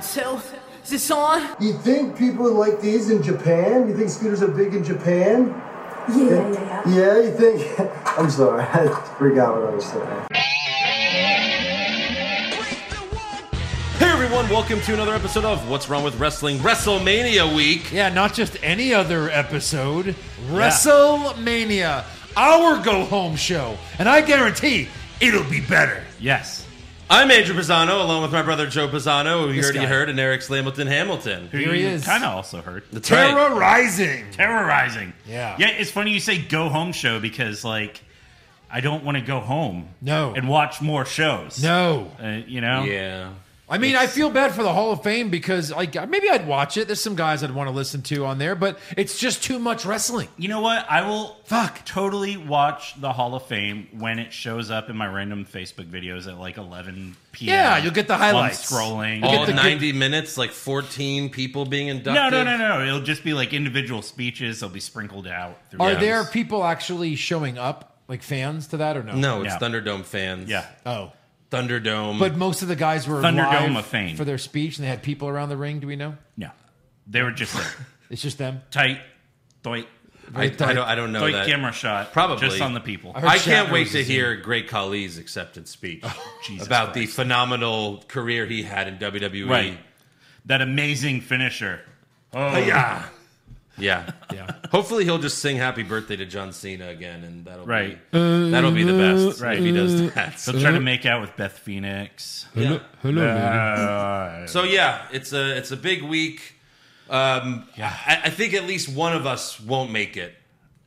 So, is this on? You think people like these in Japan? You think scooters are big in Japan? Yeah, yeah, yeah. Yeah, you think? I'm sorry, I forgot what I was saying. Hey everyone, welcome to another episode of What's Wrong with Wrestling WrestleMania Week. Yeah, not just any other episode. WrestleMania, our go home show. And I guarantee it'll be better. Yes. I'm Andrew Pisano, along with my brother Joe Pisano, who you already guy. heard, and Eric Slamilton Hamilton. Here he is. Kind of also hurt. That's right. Terrorizing. Terrorizing. Yeah. Yeah, it's funny you say go home show because, like, I don't want to go home. No. And watch more shows. No. Uh, you know? Yeah. I mean, I feel bad for the Hall of Fame because like maybe I'd watch it. There's some guys I'd want to listen to on there, but it's just too much wrestling. You know what? I will Fuck. totally watch the Hall of Fame when it shows up in my random Facebook videos at like 11 p.m. Yeah, you'll get the while I'm highlights. scrolling. All the good- 90 minutes, like 14 people being inducted. no, no, no, no, no. It'll just be like individual speeches. They'll be sprinkled out. Through Are those. there people actually showing up, like fans to that or no? No, it's No. Thunderdome fans. Yeah. Oh. Thunderdome. But most of the guys were Thunderdome live of Fame. for their speech and they had people around the ring. Do we know? No. They were just like It's just them. tight, doit, I, I don't, I don't know doit that. camera shot. Probably. Just on the people. heard I can't Shatner wait was to his hear Great Khali's acceptance speech Oh, Jesus about the phenomenal career he had in E. WWE. Right. That amazing finisher. Oh, Yeah. Yeah. Yeah. Hopefully he'll just sing happy birthday to John Cena again and that'll Right. be that'll be the best Right. if he does that. They'll try to make out with Beth Phoenix. Yeah. Hello, Mm-hmm. Uh, So yeah, it's a it's a big week. Um I, I think at least one of us won't make it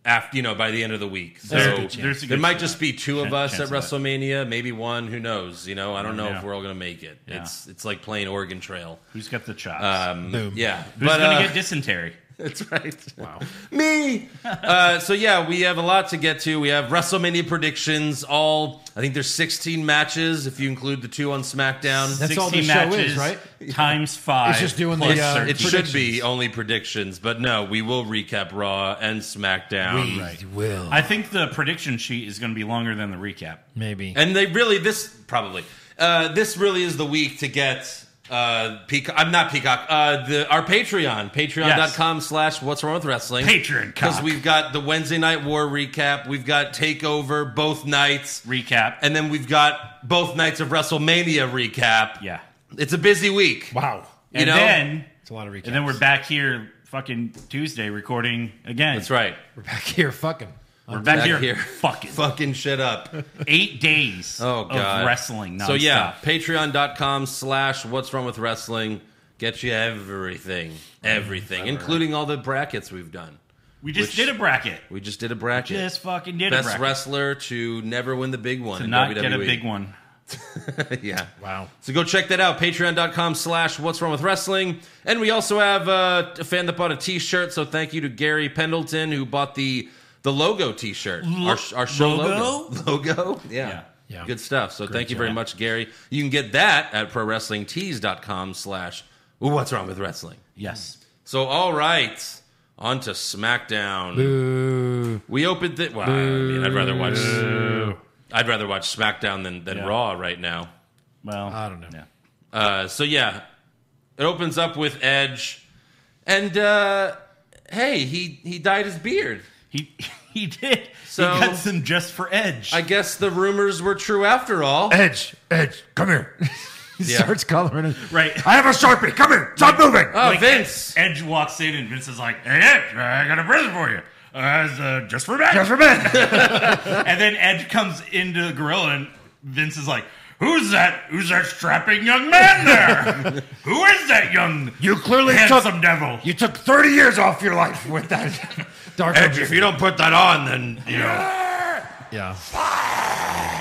after you know by the end of the week. So There's a good chance. There's a good there might chance. just be two of Chance- us at chance of it. WrestleMania, maybe one, who knows? You know, I don't know Yeah. if we're all gonna make it. Yeah. It's it's like playing Oregon Trail. who's got the chops? Um, Yeah. who's going to uh, get dysentery? That's right. Wow. Me. Uh, so yeah, we have a lot to get to. We have WrestleMania predictions. All I think there's 16 matches if you include the two on SmackDown. That's all the 16 show matches is, right? Times five. It's just doing the, plus uh, 13. It should be only predictions, but no, we will recap Raw and SmackDown. um, Right. Will. I think the prediction sheet is going to be longer than the recap. Maybe. And they really this probably uh, this really is the week to get uh peacock i'm not peacock uh the our patreon patreon.com slash what's wrong with wrestling Patreon cock. because we've got the wednesday night war recap we've got takeover both nights Recap. and then we've got both nights of wrestlemania recap yeah. it's a busy week wow. you and know then It's a lot of recaps. and then we're back here fucking Tuesday recording again. that's right We're back here fucking. We're back, Back here, here. fucking fucking shit up eight days oh god of wrestling. Nonstop. so yeah patreon.com slash what's wrong with wrestling get you everything everything including all the brackets we've done we just which- did a bracket. We just did a bracket. Just fucking did Best a bracket. wrestler to never win the big one. to in E. not WWE. get a big one. yeah. Wow. So go check that out. Patreon.com slash What's Wrong With Wrestling. And we also have uh, a fan that bought a t-shirt. So thank you to Gary Pendleton who bought the the logo t-shirt. our, our show logo. Logo? Yeah. Yeah. Yeah. Good stuff. So thank you very much, Gary. You can get that at prowrestlingtees.com slash What's Wrong With Wrestling. Yes. So all right. On to SmackDown. We opened the. Well, I mean, I'd rather watch. I'd rather watch SmackDown than than Yeah. Raw right now. Well, I don't know. Yeah. Uh, so yeah, it opens up with Edge, and uh, hey, he he dyed his beard. He he did. So- he got some just for edge. I guess the rumors were true after all. Edge, Edge, come here. he Yeah. starts coloring Uh, it. Right. I have a sharpie. Come here. Stop moving. Oh, Vince. Edge walks in and Vince is like, "Hey, Edge, I got a present for you. Uh, it's, uh, just for Edge." Just a minute. and then Edge comes into the gorilla and Vince is like, "Who's that? Who's that strapping young man there? Who is that young You clearly took handsome devil?" you took thirty years off your life with that dark. Edge, if you don't put that on, then you know. Yeah.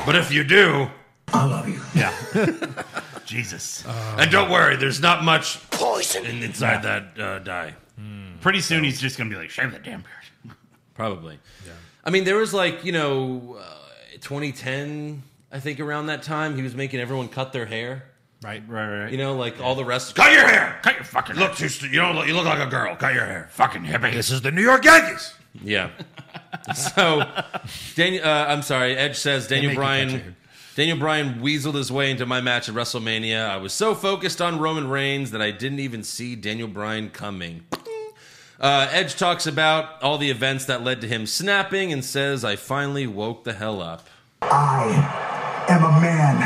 But if you do, yeah. Jesus. and don't worry, there's not much poison in- inside that uh, dye. Pretty soon he's just gonna be like, "Shave that damn beard." Probably. I mean, there was like, you know, uh, 2010, I think around that time, he was making everyone cut their hair. Right. Right, right, right. You know, like all the rest. Cut your hair! cut your fucking Look too st- you don't look, you look like a girl. Cut your hair. fucking hippie. This is the New York Yankees. Yeah. so, Daniel, uh, I'm sorry, Edge says Daniel make you cut your Bryan hair. Daniel Bryan weaseled his way into my match at WrestleMania. I was so focused on Roman Reigns that I didn't even see Daniel Bryan coming. Uh, Edge talks about all the events that led to him snapping and says, I finally woke the hell up. I am a man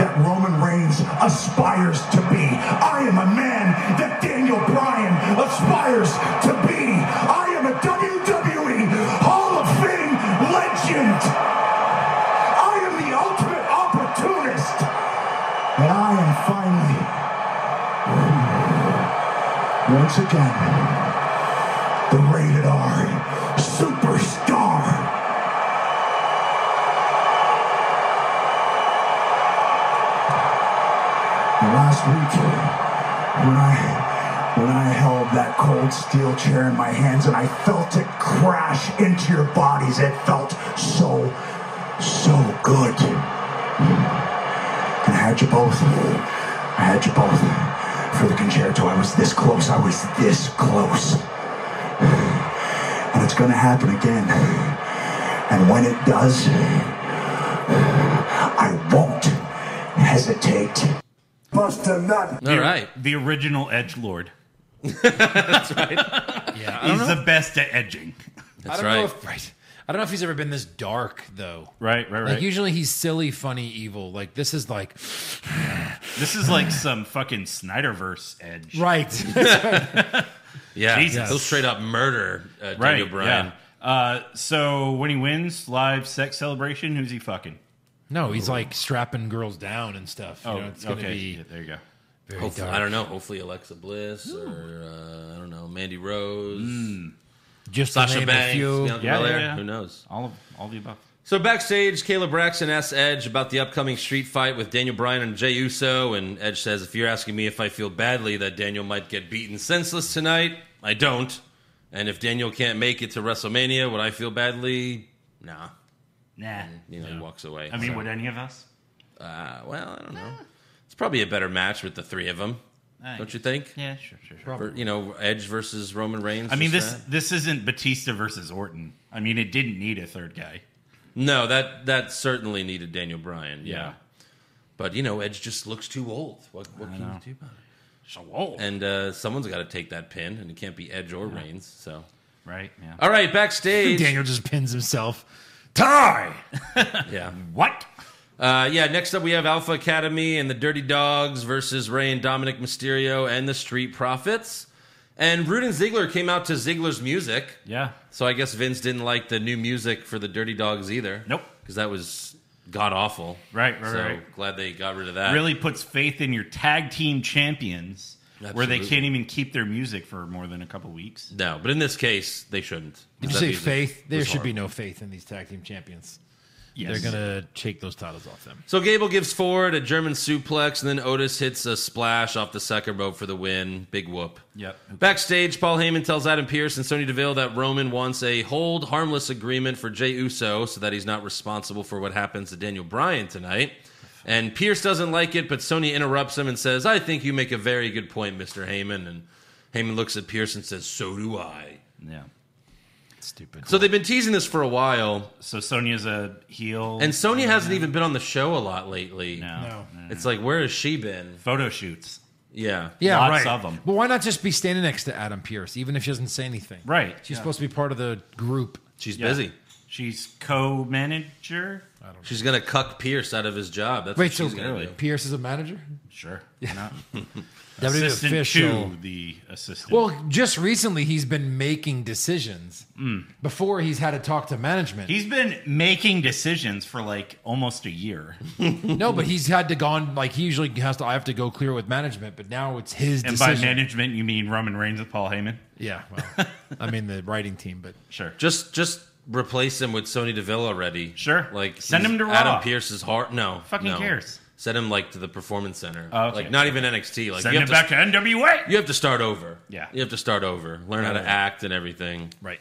that Roman Reigns aspires to be. I am a man that Daniel Bryan aspires to be. I am a WWE Hall of Fame legend. I am the ultimate opportunist. And I am finally, once again, the rated R superstar. And last week, when I when I held that cold steel chair in my hands and I felt it crash into your bodies, it felt so so good. And I had you both. I had you both for the concerto. I was this close. I was this close. And it's gonna happen again. And when it does, I won't hesitate. Bust a nut. All right. The original Edge Lord. Yeah, I don't He's know. the best at edging. That's I don't right. know if right. I don't know if he's ever been this dark though. Right, right, Like usually he's silly, funny, evil. Like this is like this is like some fucking Snyderverse Edge. right. yeah. Jesus. He'll straight up murder uh, Daniel right, Bryan. yeah. Uh, so when he wins, live sex celebration. Who's he fucking? no, he's like strapping girls down and stuff. Oh, You know, it's gonna Yeah, be there you go. very Oh, Hopefully, dark. I don't know. Hopefully, Alexa Bliss or uh, I don't know, Mandy Rose, Just to Sasha name a Banks, few. Bianca Yeah, yeah, Belair. yeah. Who knows? All of all the above. So backstage, Caleb Braxton asks Edge about the upcoming street fight with Daniel Bryan and Jey Uso, and Edge says, "If you're asking me if I feel badly that Daniel might get beaten senseless tonight, I don't. And if Daniel can't make it to WrestleMania, would I feel badly? Nah." Nah. You know, he walks away. I mean, would any of us? uh, well, I don't know. It's probably a better match with the three of them, don't you think? Yeah, sure, sure, sure. For- you know, Edge versus Roman Reigns. I mean, just this that. this isn't Batista versus Orton. I mean, it didn't need a third guy. No, that that certainly needed Daniel Bryan. Yeah. Yeah. But you know, Edge just looks too old. What what can you do about it? So old, And uh, someone's got to take that pin, and it can't be Edge or Reigns. So, right? Yeah. all right, backstage. Daniel just pins himself. Tie. Yeah. What? Uh, yeah, next up we have Alpha Academy and the Dirty Dogs versus Ray and Dominic Mysterio and the Street Profits. And Rudin Ziegler came out to Ziegler's music. Yeah. So I guess Vince didn't like the new music for the Dirty Dogs either. Nope. Because that was god awful. Right, right, so right. glad they got rid of that. Really puts faith in your tag team champions, where they Absolutely. can't even keep their music for more than a couple weeks. No, but in this case, they shouldn't. Did you say faith? There should be no faith in these tag team champions. Yes. They're gonna take those titles off them. So Gable gives Ford a German suplex, and then Otis hits a splash off the second rope for the win. Big whoop. Yep. Backstage, Paul Heyman tells Adam Pierce and Sonya Deville that Roman wants a hold harmless agreement for Jey Uso so that he's not responsible for what happens to Daniel Bryan tonight. And Pierce doesn't like it, but Sonya interrupts him and says, I think you make a very good point, Mr. Heyman. And Heyman looks at Pierce and says, So do I. Yeah. Stupid. So they've been teasing this for a while, So Sonya's a heel. and Sonya hasn't even been on the show a lot lately. no. No. It's like, where has she been? Photo shoots. Yeah. yeah, lots right. of 'em. But why not just be standing next to Adam Pierce, even if she doesn't say anything? Right. She's Yeah. supposed to be part of the group. She's Yeah. busy. She's co-manager. She's gonna cuck Pierce out of his job. That's Wait, what so she's gonna do. Pierce is a manager? Sure. Yeah. That would be Assistant official. to the assistant. Well, just recently he's been making decisions. Mm. Before he's had to talk to management. He's been making decisions for like almost a year. no, but he's had to gone like he usually has to. I have to go clear with management, but now it's his And decision. by management, you mean Roman Reigns and Paul Heyman? yeah, well, I mean the writing team, but Sure. Just just replace him with Sony Deville already. Sure. Like Send he's- him to Raw. Adam Pierce's heart. No. Fucking no. cares. Send him like to the performance center. Oh, okay. Like not even NXT. Like Send you him have to, back to NWA. You have to start over. Yeah. You have to start over. Learn how to act and everything. right.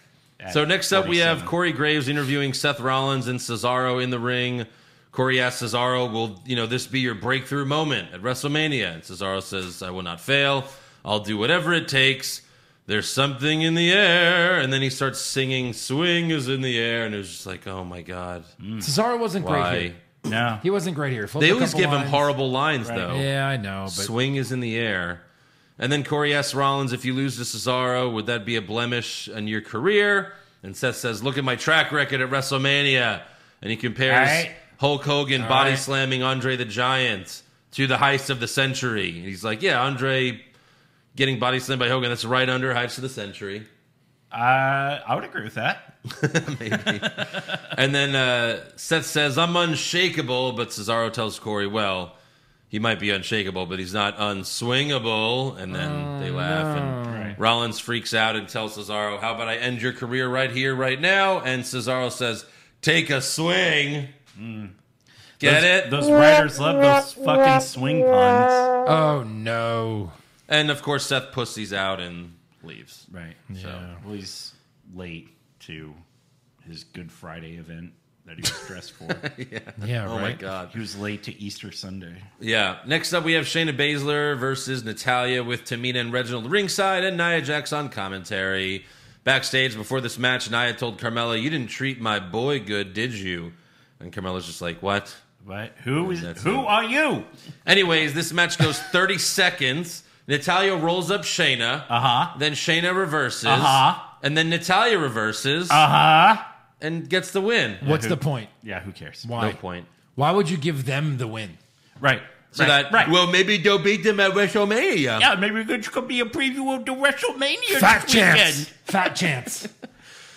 So next up, we have 47. Corey Graves interviewing Seth Rollins and Cesaro in the ring. Corey asks Cesaro, "Will you know this be your breakthrough moment at WrestleMania?" And Cesaro says, "I will not fail. I'll do whatever it takes." There's something in the air, and then he starts singing "Swing is in the air," and it was just like, "Oh my god, Cesaro wasn't great why?" here. No. He wasn't great here. Flip They a always couple give him lines. horrible lines, though. Yeah, I know. But Swing is in the air. And then Corey asks Rollins if you lose to Cesaro, would that be a blemish in your career? And Seth says, Look at my track record at WrestleMania. And he compares All right. Hulk Hogan body right. slamming Andre the Giant to the heist of the century. And he's like, Yeah, Andre getting body slammed by Hogan, that's right under heist of the century. Uh, I would agree with that. Maybe. and then uh, Seth says, I'm unshakable, but Cesaro tells Corey, well, he might be unshakable, but he's not unswingable. And then they laugh. And Right. Rollins freaks out and tells Cesaro, How about I end your career right here, right now? And Cesaro says, Take a swing. Get it? Mm. Those writers love those fucking swing puns. oh no, and of course, Seth pussies out and leaves. Right. So well, he's late to his Good Friday event that he was dressed for. yeah, Oh right. my God. he was late to Easter Sunday. Yeah. Next up, we have Shayna Baszler versus Natalia with Tamina and Reginald ringside and Nia Jax on commentary. Backstage before this match, Nia told Carmella, You didn't treat my boy good, did you? And Carmella's just like, What? But who is That's who it. are you? Anyways, this match goes 30 seconds. Natalia rolls up Shayna. Uh Uh-huh. Then Shayna reverses. Uh-huh. And then Natalia reverses Uh huh. and gets the win. What's who- the point? Yeah. Who cares? Why? No point. Why would you give them the win? Right. So right. that, right. well, maybe they'll beat them at WrestleMania. yeah, maybe it could be a preview of the WrestleMania Fat this chance. weekend Fat chance.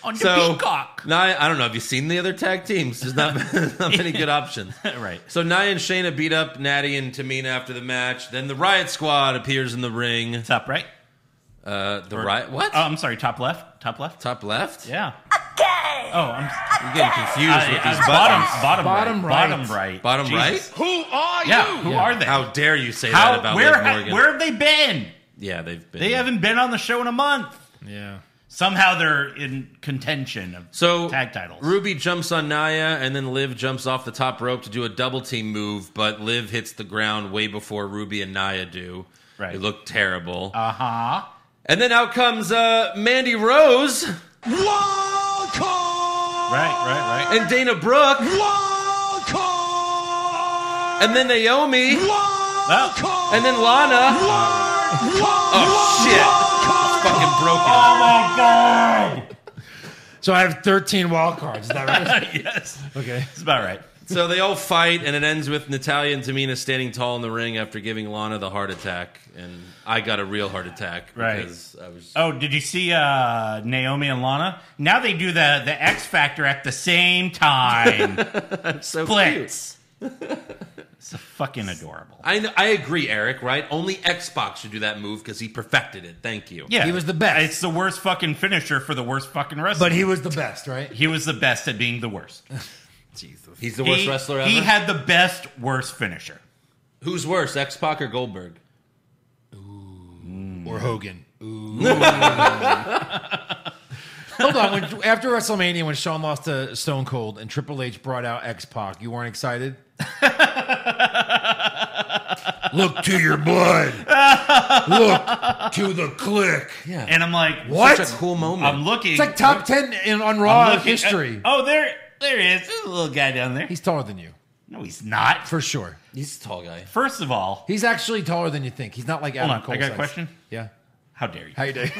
on the So, Peacock. Nia, I don't know. Have you seen the other tag teams? There's not, not many good options. Right. So Nia and Shayna beat up Natty and Tamina after the match. Then the Riot Squad appears in the ring. Top right. Uh, the Riot. What? Oh, I'm sorry. Top left. Top left. Top left? Yeah. Okay. Oh, I'm You're getting confused with these bottom, buttons. bottom, Bottom right, right. bottom right, Bottom Jesus. right? Yeah, who Yeah. are they? How dare you say How- that about where? Liv ha- Morgan? where have they been? Yeah, they've been. They haven't been on the show in a month. yeah. Somehow they're in contention of So tag titles. Ruby jumps on Naya, and then Liv jumps off the top rope to do a double team move, but Liv hits the ground way before Ruby and Naya do. Right. It looked terrible. uh huh. and then out comes uh, Mandy Rose Wild card! Right, right, and Dana Brooke, Wild card! and then Naomi, Oh, Wild card! and then Lana. Oh shit! It's fucking broken. Oh god. So I have 13 wild cards. Is that right? yes, okay. that's about right. So they all fight, and it ends with Natalia and Tamina standing tall in the ring after giving Lana the heart attack, and I got a real heart attack Right. because I was. Oh, did you see uh, Naomi and Lana? Now they do the the X Factor at the same time. so Blitz. it's fucking adorable. I know, I agree, Eric. Right? Only Xbox should do that move because he perfected it. Thank you. Yeah, He was the best. It's the worst fucking finisher for the worst fucking wrestler. But he was the best, right? he was the best at being the worst. He's the worst he, wrestler ever. He had the best worst finisher. Who's worse, X Pac or Goldberg? Or Hogan. Ooh. Hold on. When, after WrestleMania, when Shawn lost to Stone Cold and Triple H brought out X Pac, you weren't excited? Look to your blood. Look to the click. And I'm like, What? Such a cool moment. I'm looking. It's like top 10 in, on Raw I'm looking at- history. oh, there, there he is. There's a little guy down there. He's taller than you, no, he's not. for sure. He's a tall guy. First of all, He's actually taller than you think. He's not like Adam hold on. Cole. I got a size. question. Yeah. How dare you? How you doing?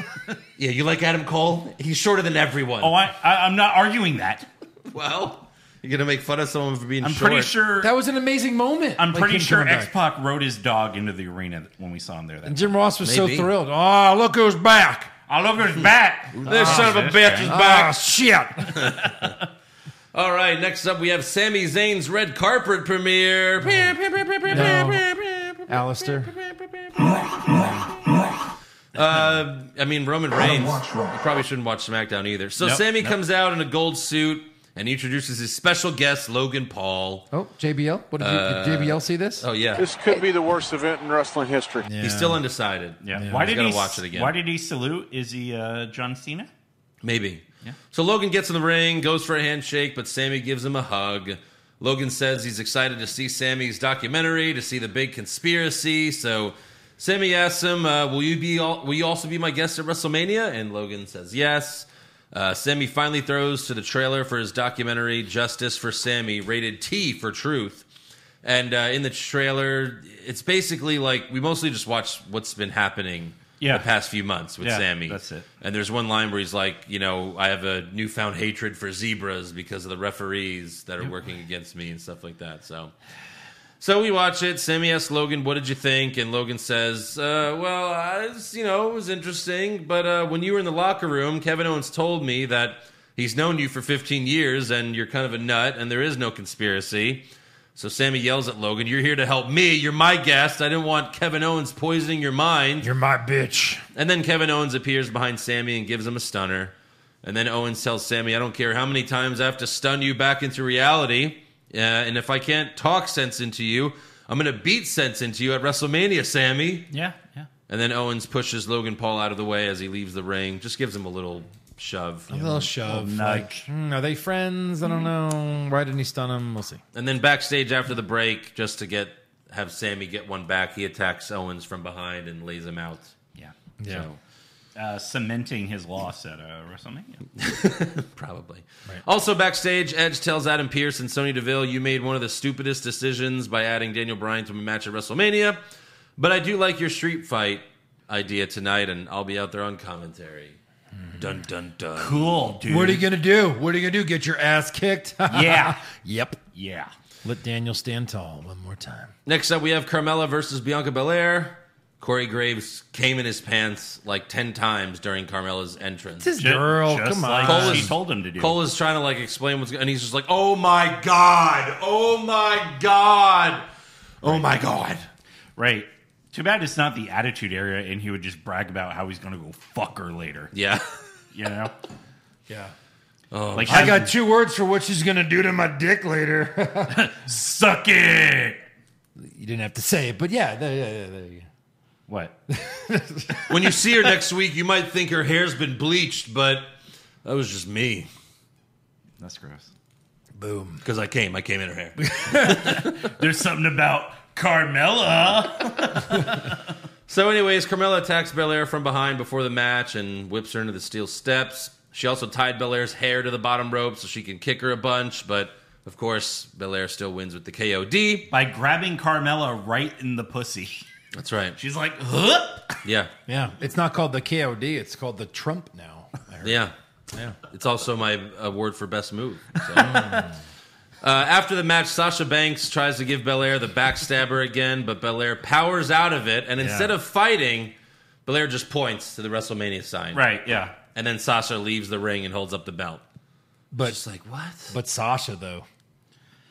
Yeah, you like Adam Cole? He's shorter than everyone. Oh, I, I, I'm not arguing that. well, you're gonna make fun of someone for being I'm short. pretty sure. that was an amazing moment. I'm Like pretty him sure coming X back. Pac rode his dog into the arena when we saw him there. That Jim Ross was Maybe. so thrilled. Oh, look who's back. I love his back. This son of a this bitch guy. is Ah, back. shit. All right, next up we have Sami Zayn's red carpet premiere. Alistair. Uh, I mean, Roman Reigns. watch Raw. You probably shouldn't watch SmackDown either. So Nope, Sammy nope. comes out in a gold suit and introduces his special guest, Logan Paul. Oh, JBL. What did, you, did JBL see this? Oh, yeah. This could be the worst event in wrestling history. He's still undecided. Yeah. Why Why did did gotta he he- watch it again. why Why did he salute? Is he uh, John Cena? Maybe. So Logan gets in the ring, goes for a handshake, but Sammy gives him a hug. Logan says he's excited to see Sammy's documentary, to see the big conspiracy. So Sammy asks him, uh, "Will you be? All, will you also be my guest at WrestleMania?" And Logan says yes. Uh, Sammy finally throws to the trailer for his documentary "Justice for Sammy," rated T for Truth. And uh, in the trailer, it's basically like we mostly just watch what's been happening Yeah. the past few months with Yeah, Sammy. that's it. And there's one line where he's like, you know, I have a newfound hatred for zebras because of the referees that are working against me and stuff like that. So. So we watch it. Sammy asks Logan, "What did you think?" And Logan says, uh, "Well, I, was- you know, it was interesting. But uh, when you were in the locker room, Kevin Owens told me that he's known you for 15 years, and you're kind of a nut, and there is no conspiracy." So Sammy yells at Logan, "You're here to help me. You're my guest. I didn't want Kevin Owens poisoning your mind." You're my bitch. And then Kevin Owens appears behind Sammy and gives him a stunner. And then Owens tells Sammy, I don't care how many times I have to stun you back into reality. Uh, and if I can't talk sense into you, I'm going to beat sense into you at WrestleMania, Sammy. Yeah, yeah. And then Owens pushes Logan Paul out of the way as he leaves the ring, just gives him a little shove. A little shove. like, nudge. hmm, are they friends? I don't know. Why didn't he stun him? We'll see. And then backstage after the break, just to get have Sammy get one back, he attacks Owens from behind and lays him out. Yeah. Yeah. Uh, cementing his loss at uh, WrestleMania. Probably. Also backstage, Edge tells Adam Pierce and Sonya Deville, "You made one of the stupidest decisions by adding Daniel Bryan to a match at WrestleMania, but I do like your street fight idea tonight, and I'll be out there on commentary." Dun dun dun. Cool, dude. What are you gonna do? What are you gonna do? Get your ass kicked? yeah. yep. Yeah. Let Daniel stand tall one more time. Next up, we have Carmella versus Bianca Belair. Corey Graves came in his pants like ten times during Carmella's entrance. This Ju- girl, just come like on. she told him to do. Cole is trying to like explain what's going and he's just like, oh my god, oh my god, oh my god. Right. Too bad it's not the attitude area, and he would just brag about how he's gonna go fuck her later. Yeah. You know? Yeah. like I got two words for what she's gonna do to my dick later. suck it. You didn't have to say it, but yeah, there, yeah, yeah, there you go. What? When you see her next week, you might think her hair's been bleached, but that was just me That's gross. Boom. because I came. I came in her hair. There's something about Carmella. so, anyways, Carmella attacks Belair from behind before the match and whips her into the steel steps. She also tied Belair's hair to the bottom rope so she can kick her a bunch, but of course, Belair still wins with the KOD. By grabbing Carmella right in the pussy. That's right. She's like, Hup! Yeah. Yeah. It's not called the KOD. It's called the Trump now. I heard. Yeah. Yeah. It's also my award for best move. So. uh, after the match, Sasha Banks tries to give Belair the backstabber again, but Belair powers out of it. And instead of fighting, Belair just points to the WrestleMania sign. Right, yeah. And then Sasha leaves the ring and holds up the belt. But It's like, what? but Sasha though,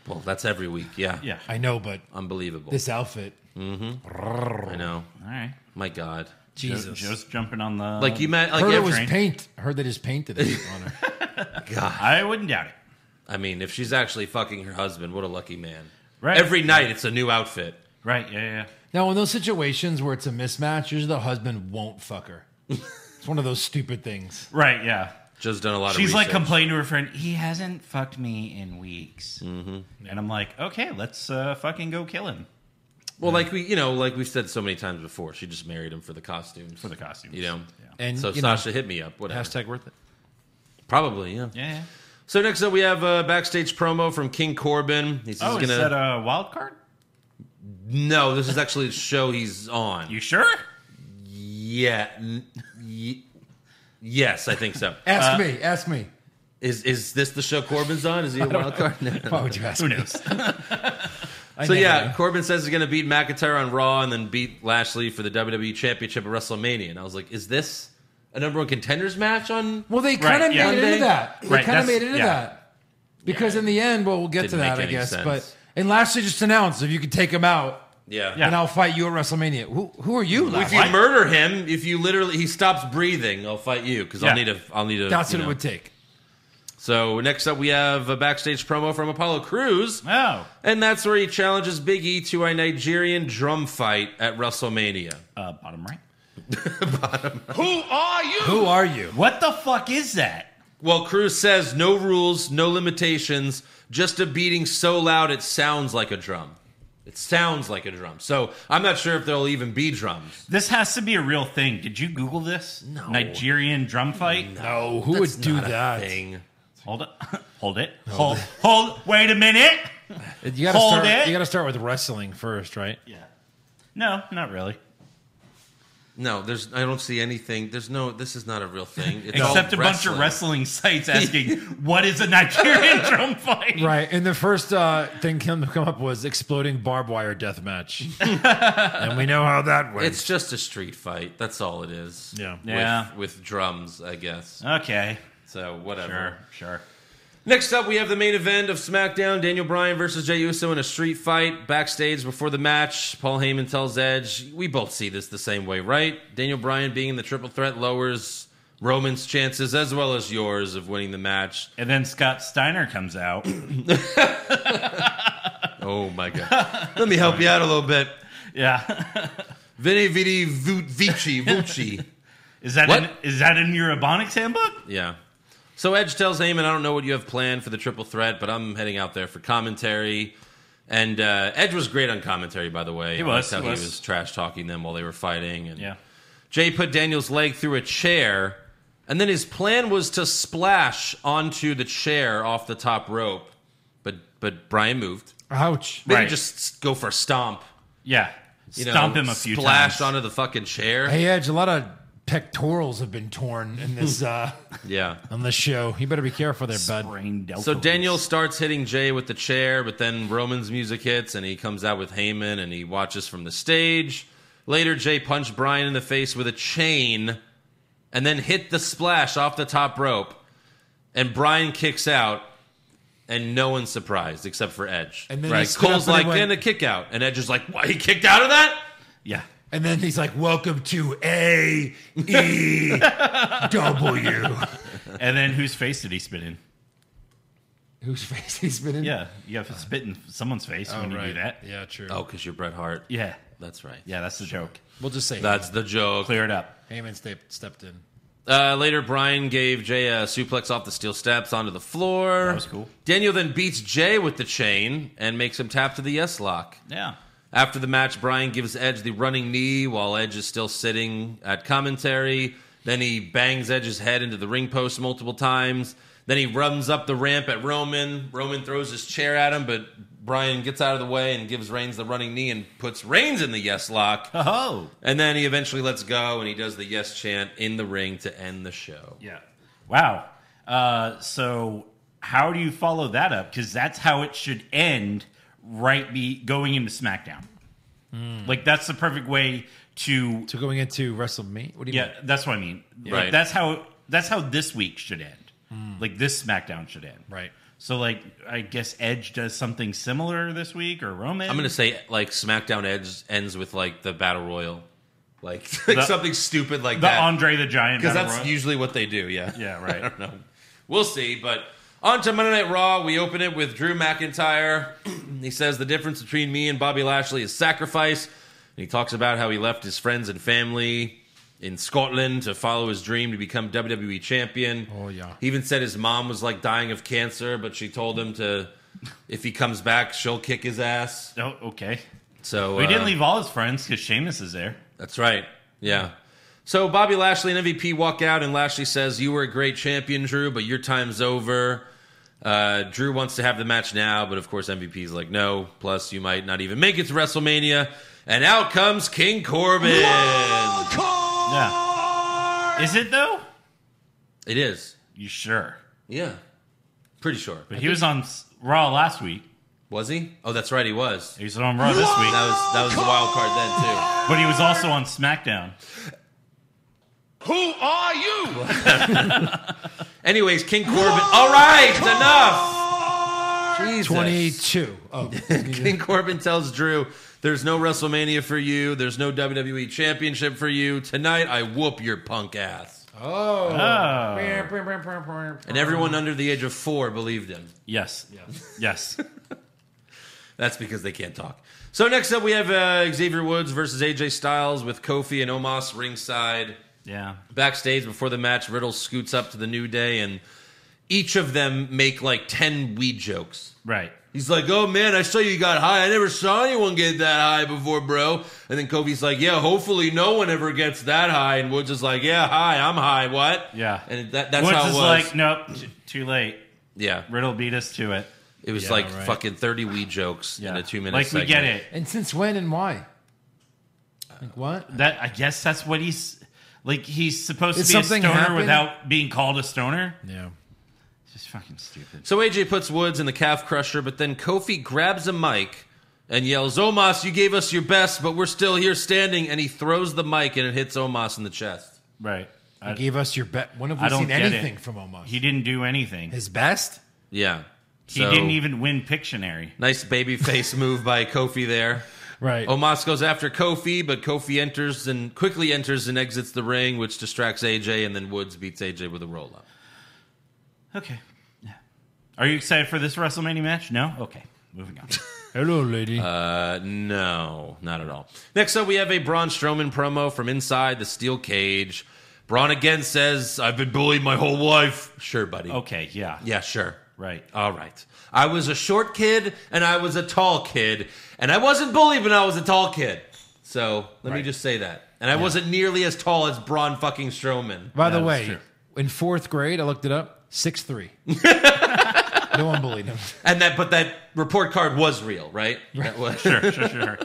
Well, that's every week. Yeah. Yeah. I know, but Unbelievable. this outfit, I know. All right. My God. Jesus. Joe's jumping on the. Like you met, like heard it every- was train. paint. Heard they just painted it on her. I wouldn't doubt it. I mean, if she's actually fucking her husband, what a lucky man! Right. Every night, it's a new outfit. Right, yeah, yeah. Now, in those situations where it's a mismatch, usually the husband won't fuck her. It's one of those stupid things. Right, yeah. Just done a lot of. She's like research. complaining to her friend, he hasn't fucked me in weeks. Mm-hmm. And I'm like, okay, let's uh, fucking go kill him Well, like we, you know, like we've said so many times before, she just married him for the costumes. for the costumes. you know, Yeah. And so you know, Sasha hit me up. Whatever. hashtag worth it. Probably, yeah. Yeah, yeah. So next up, we have a backstage promo from King Corbin. He's Oh, gonna is that a wild card? no. This is actually the show he's on. You sure? yeah. n- y- yes, I think so. Ask me. Ask me. Is is this the show Corbin's on? Is he a wild card? No. Why would you ask? Who me? knows? I never So yeah, know. Corbin says he's gonna beat McIntyre on Raw and then beat Lashley for the WWE Championship at WrestleMania. And I was like, is this a number one contenders match on? Well, they Right, kind of yeah. made it Monday. into that. They Right, kind that's- of made it into yeah. that because in the end, well, we'll get to Didn't that, make I any guess. sense. But and Lashley just announced if you can take him out, Yeah. Yeah. then I'll fight you at WrestleMania. Who who are you? Well, if Lashley? you murder him, if you literally he stops breathing, I'll fight you because Yeah. I'll need a I'll need a. That's you what it know. would take. So next up, we have a backstage promo from Apollo Cruz, Oh. and that's where he challenges Big E to a Nigerian drum fight at WrestleMania. Uh, bottom right. Who are you? What the fuck is that? Well, Cruz says no rules, no limitations, just a beating so loud it sounds like a drum. It sounds like a drum. So I'm not sure if there'll even be drums. This has to be a real thing. Did you Google this? No. Nigerian drum fight. No, who That's would do not a that? thing. Hold it. Hold it. Hold. Hold. Wait a minute. You gotta Hold start. it. You gotta start with wrestling first, right? Yeah. No, not really. No, there's. I don't see anything. There's no. This is not a real thing. It's all Except a bunch of wrestling sites asking, "What is a Nigerian drum fight?" Right. And the first uh, thing come come up was exploding barbed wire death match, and we know how that went. It's just a street fight. That's all it is. Yeah. Yeah. With, with drums, I guess. Okay. So whatever. Sure. Sure. Next up, we have the main event of SmackDown: Daniel Bryan versus Jey Uso in a street fight. Backstage before the match, Paul Heyman tells Edge, "We both see this the same way, right? Daniel Bryan being in the triple threat lowers Roman's chances as well as yours of winning the match." And then Scott Steiner comes out. Oh my god! Let me help you out a little bit. yeah. Vini Vidi vu- Vici Vuci. Is that What? in, is that in your Ebonics handbook? Yeah. So Edge tells Heyman, I don't know what you have planned for the triple threat, but I'm heading out there for commentary. And uh, Edge was great on commentary, by the way. He was, I liked he how was. he was trash talking them while they were fighting. And Yeah. Jay put Daniel's leg through a chair, and then his plan was to splash onto the chair off the top rope. But but Brian moved. Ouch. Maybe Right. just s- go for a stomp. Yeah. You Stomp know, him a few Splash times. onto the fucking chair. Hey Edge, a lot of pectorals have been torn in this uh, Yeah. on this show. You better be careful there, bud. Brain So deltoids. Daniel starts hitting Jay with the chair, but then Roman's music hits and he comes out with Heyman and he watches from the stage. Later, Jay punched Brian in the face with a chain and then hit the splash off the top rope. And Brian kicks out, and no one's surprised except for Edge. And then he right? stood Cole's up and like, he went- and a kick out. And Edge is like, what? He kicked out of that? Yeah. And then he's like, "Welcome to A E W." And then whose face did he spit in? Whose face he's been in? Yeah. You Uh-huh. have to spit in someone's face when you do that. Oh, Yeah, true. Oh, because you're Bret Hart. Yeah. That's right. Yeah, that's the joke. We'll just say That's the joke. Clear it up. Heyman stepped stepped in. Uh, later, Brian gave Jay a suplex off the steel steps onto the floor. That was cool. Daniel then beats Jay with the chain and makes him tap to the yes lock. Yeah. After the match, Brian gives Edge the running knee while Edge is still sitting at commentary. Then he bangs Edge's head into the ring post multiple times. Then he runs up the ramp at Roman. Roman throws his chair at him, but Brian gets out of the way and gives Reigns the running knee and puts Reigns in the yes lock. Oh. and then he eventually lets go and he does the yes chant in the ring to end the show. Yeah. Wow. Uh, so how do you follow that up? Because that's how it should end, right? Be going into SmackDown. Hmm. Like that's the perfect way to. So going into WrestleMania, what do you Yeah, that's what I mean. Like, Right. Hmm. That's how. That's how this week should end. Like this SmackDown should end. Right. So like I guess Edge does something similar this week or Roman. I'm gonna say like SmackDown Edge ends with like the Battle Royal, like, like The- something stupid like the that. Andre the Giant because Battle that's Royal. usually what they do. Yeah, Yeah, right. I don't know. We'll see. But on to Monday Night Raw, we open it with Drew McIntyre. he says the difference between me and Bobby Lashley is sacrifice. And he talks about how he left his friends and family in Scotland to follow his dream to become WWE champion. Oh, yeah. He even said his mom was like dying of cancer, but she told him to if he comes back, she'll kick his ass. Oh, okay. So We uh, didn't leave all his friends because Sheamus is there. That's right. Yeah. So Bobby Lashley and MVP walk out, and Lashley says, "You were a great champion, Drew, but your time's over." Uh, Drew wants to have the match now, but of course MVP's like, "No." Plus, you might not even make it to WrestleMania. And out comes King Corbin. Yeah. Is it though? It is. You sure? Yeah. Pretty sure. But he was on S- Raw last week. Was he? Oh, that's right. He was. He was on Raw this week, That was that was the wild card then but he was also on SmackDown. Who are you? too. Anyways, King Corbin. All right, enough. Jesus. Twenty-two. Oh, King Corbin tells Drew, "There's no WrestleMania for you. There's no WWE Championship for you tonight. I whoop your punk ass." Oh. And everyone under the age of four believed him. Yes. Yes. Yes. That's because they can't talk. So next up, we have uh, Xavier Woods versus AJ Styles with Kofi and Omos ringside. Yeah. Backstage before the match, Riddle scoots up to the New Day, and each of them make like ten weed jokes. Right. He's like, "Oh man, I saw you got high. I never saw anyone get that high before, bro." And then Kofi's like, "Yeah, hopefully no one ever gets that high." And Woods is like, "Yeah, hi, I'm high. What?" Yeah. and that, that's Woods how it is was. like, nope, t- too late. yeah, Riddle beat us to it. it was Yeah, like right. fucking thirty weed jokes in Yeah. a two minute. Like we get it. And since when and why? Like what? That I guess that's what he's like. He's supposed Did to be a something stoner happen? without being called a stoner. Yeah. It's just fucking stupid. So AJ puts Woods in the calf crusher, but then Kofi grabs a mic and yells, "Omos, you gave us your best, but we're still here standing." And he throws the mic and it hits Omos in the chest. Right. I, Gave us your bet. When have I we don't seen get anything it. from Omos? He didn't do anything. His best? Yeah, he So, didn't even win Pictionary. Nice baby face move by Kofi there. Right. Omos goes after Kofi, but Kofi enters and quickly enters and exits the ring, which distracts AJ, and then Woods beats AJ with a roll up. Okay. Yeah. Are you excited for this WrestleMania match? No. Okay. Moving on. Hello, lady. Uh, no, not at all. Next up, we have a Braun Strowman promo from inside the steel cage. Braun again says, I've been bullied my whole life. Sure, buddy. Okay. Yeah. Yeah, sure. Right. Oh, All right. I was a short kid and I was a tall kid, and I wasn't bullied when I was a tall kid. So let me Right. just say that. And I wasn't nearly as tall as Braun fucking Strowman. By the That is way, true. in fourth grade, I looked it up. Six three. no one bullied him. And that, but that report card was real, right? That was- Sure. Sure. Sure.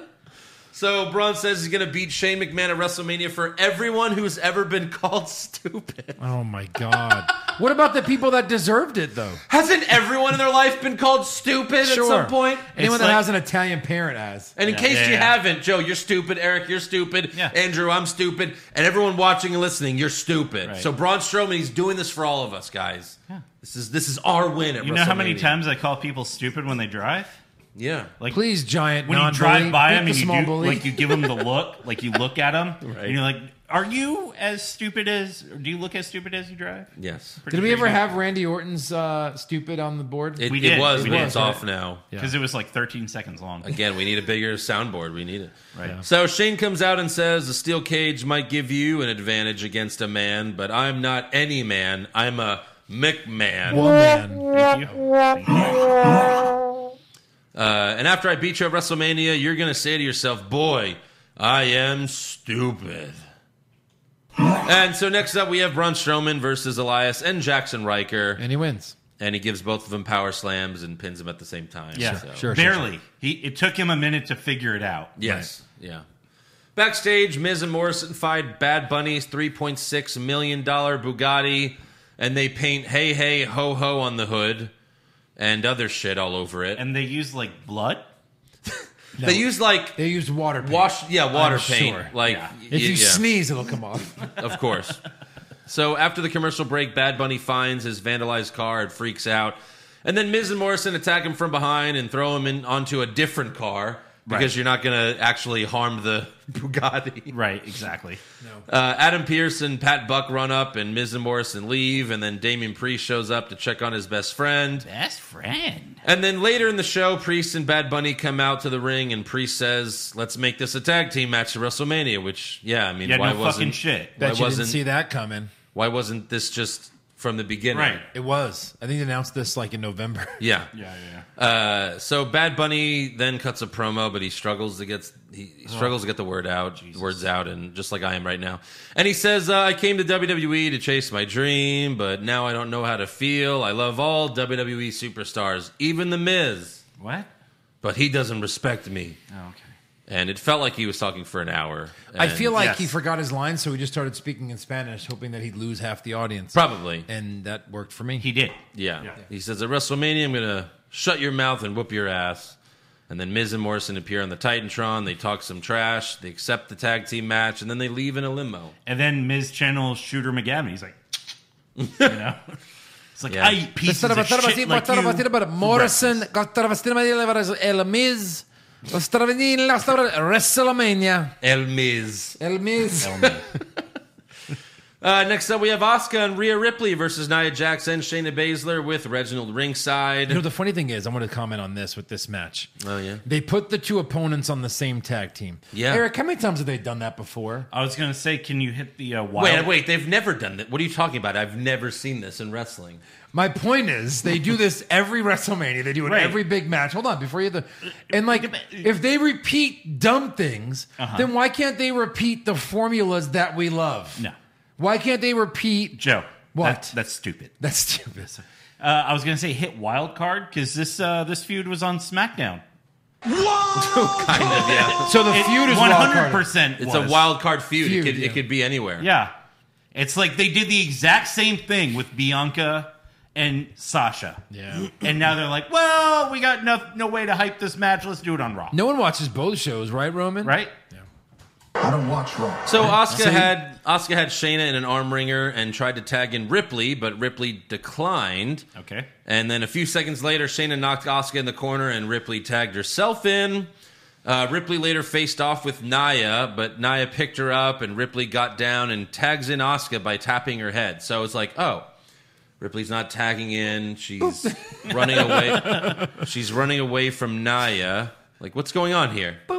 So Braun says he's going to beat Shane McMahon at WrestleMania for everyone who's ever been called stupid. Oh my god. what about the people that deserved it though? Hasn't everyone in their life been called stupid at some point? Anyone It's that like- has an Italian parent has. And in Yeah. case Yeah, you yeah. haven't, Joe, you're stupid. Eric, you're stupid. Yeah. Andrew, I'm stupid. And everyone watching and listening, you're stupid. Right. So Braun Strowman, he's doing this for all of us, guys. This is this is our win at You know how many WrestleMania. times I call people stupid when they drive? Yeah. Like Please, giant when you non-bully, drive by beat them the and you small do, bully. like you give them the look, like you look at them, Right. and you're like, "Are you as stupid as? Or do you look as stupid as you drive?" Yes. Did we ever have Randy Orton's uh, stupid on the board? It, We it did. was, We but did. it's off now. because it was like 13 seconds long. Again, we need a bigger soundboard. We need it. Right. Yeah. So Shane comes out and says the steel cage might give you an advantage against a man, but I'm not any man. I'm a McMahon. Oh, Woman. Thank you. Uh, and after I beat you at WrestleMania, you're going to say to yourself, boy, I am stupid. And so next up, we have Braun Strowman versus Elias and Jackson Riker. And he wins. And he gives both of them power slams and pins them at the same time. Yeah, So- sure. barely. He it took him a minute to figure it out. Yes. Yeah. Backstage, Miz and Morrison find Bad Bunny's $3.6 million Bugatti, and they paint Hey Hey Ho Ho on the hood and other shit all over it. And and they used like blood. they use like They used water paint. wash, yeah, water I'm paint. sure. Like, Yeah. y- If you yeah. sneeze, it'll come off. Of course. so after the commercial break, Bad Bunny finds his vandalized car and freaks out. And then Miz and Morrison attack him from behind and throw him in onto a different car because Right. you're not going to actually harm the Bugatti. Right, exactly. Uh, Adam Pearce and Pat Buck run up, and Miz and Morrison leave, and then Damien Priest shows up to check on his best friend. Best friend. And then later in the show, Priest and Bad Bunny come out to the ring, and Priest says, "Let's make this a tag team match at WrestleMania." Which, yeah, I mean, Yeah, why no wasn't fucking shit. Why Bet you didn't wasn't see that coming. why wasn't this just from the beginning? Right. It was. I think they announced this like in November. Yeah. Yeah, yeah, yeah. Uh, so Bad Bunny then cuts a promo, but he struggles to get he, Oh. he struggles to get the word out, words out, and just like I am right now. And he says, uh, "I came to WWE to chase my dream, but now I don't know how to feel. I love all WWE superstars, even The Miz, What? but he doesn't respect me." Oh, okay. And it felt like he was talking for an hour. I feel like yes. he forgot his line, so he just started speaking in Spanish, hoping that he'd lose half the audience. probably, And that worked for me. He did. yeah. Yeah. He says at WrestleMania, "I'm gonna shut your mouth and whoop your ass." And then Miz and Morrison appear on the Titantron. They talk some trash. They accept the tag team match, and then they leave in a limo. And then Ms. Channel Shooter McGavin. He's like, you know, it's like Yeah. I eat pieces of shit like you. Morrison, El Miz, WrestleMania, El Miz. El Miz. Uh, next up, we have Asuka and Rhea Ripley versus Nia Jax and Shayna Baszler with Reginald ringside. You know, the funny thing is, I'm going to comment on this with this match. Oh, yeah. They put the two opponents on the same tag team. Yeah. Eric, how many times have they done that before? I was gonna say, can you hit the uh, wild? wait, wait, they've never done that. What are you talking about? I've never seen this in wrestling. My point is, they do this every WrestleMania. They do it Right. every big match. Hold on, before you have the and like, if they repeat dumb things, Uh-huh. then why can't they repeat the formulas that we love? No. Why can't they repeat Joe. What? that- that's stupid. That's stupid. Uh, I was gonna say hit wild card because this uh, this feud was on SmackDown. Kind of, yeah. So the feud is One wild hundred card. percent. It's a wild card feud. Feud, it, could, yeah. it could be anywhere. Yeah, it's like they did the exact same thing with Bianca and Sasha. Yeah. and now they're like, well, we got no no way to hype this match. Let's do it on Raw. No one watches both shows, right, Roman? Right? I don't watch Raw. So Oscar had Oscar had Shayna in an arm wringer and tried to tag in Ripley, but Ripley declined. Okay. And then a few seconds later, Shayna knocked Oscar in the corner, and Ripley tagged herself in. Uh, Ripley later faced off with Naya, but Naya picked her up, and Ripley got down and tags in Oscar by tapping her head. So it's like, oh, Ripley's not tagging in; she's running away. She's running away from Naya. Like, what's going on here?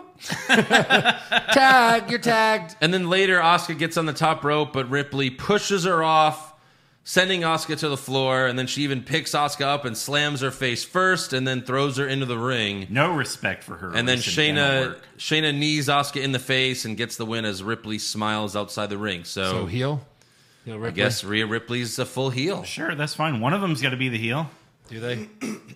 Tag, you're tagged. And then later, Asuka gets on the top rope, but Ripley pushes her off, sending Asuka to the floor. And then she even picks Asuka up and slams her face first, and then throws her into the ring. No respect for her. And then recent dental Shayna work. Shayna knees Asuka in the face and gets the win as Ripley smiles outside the ring. So, So heel. Heel I guess Rhea Ripley's a full heel. Sure, that's fine. One of them's got to be the heel. do they?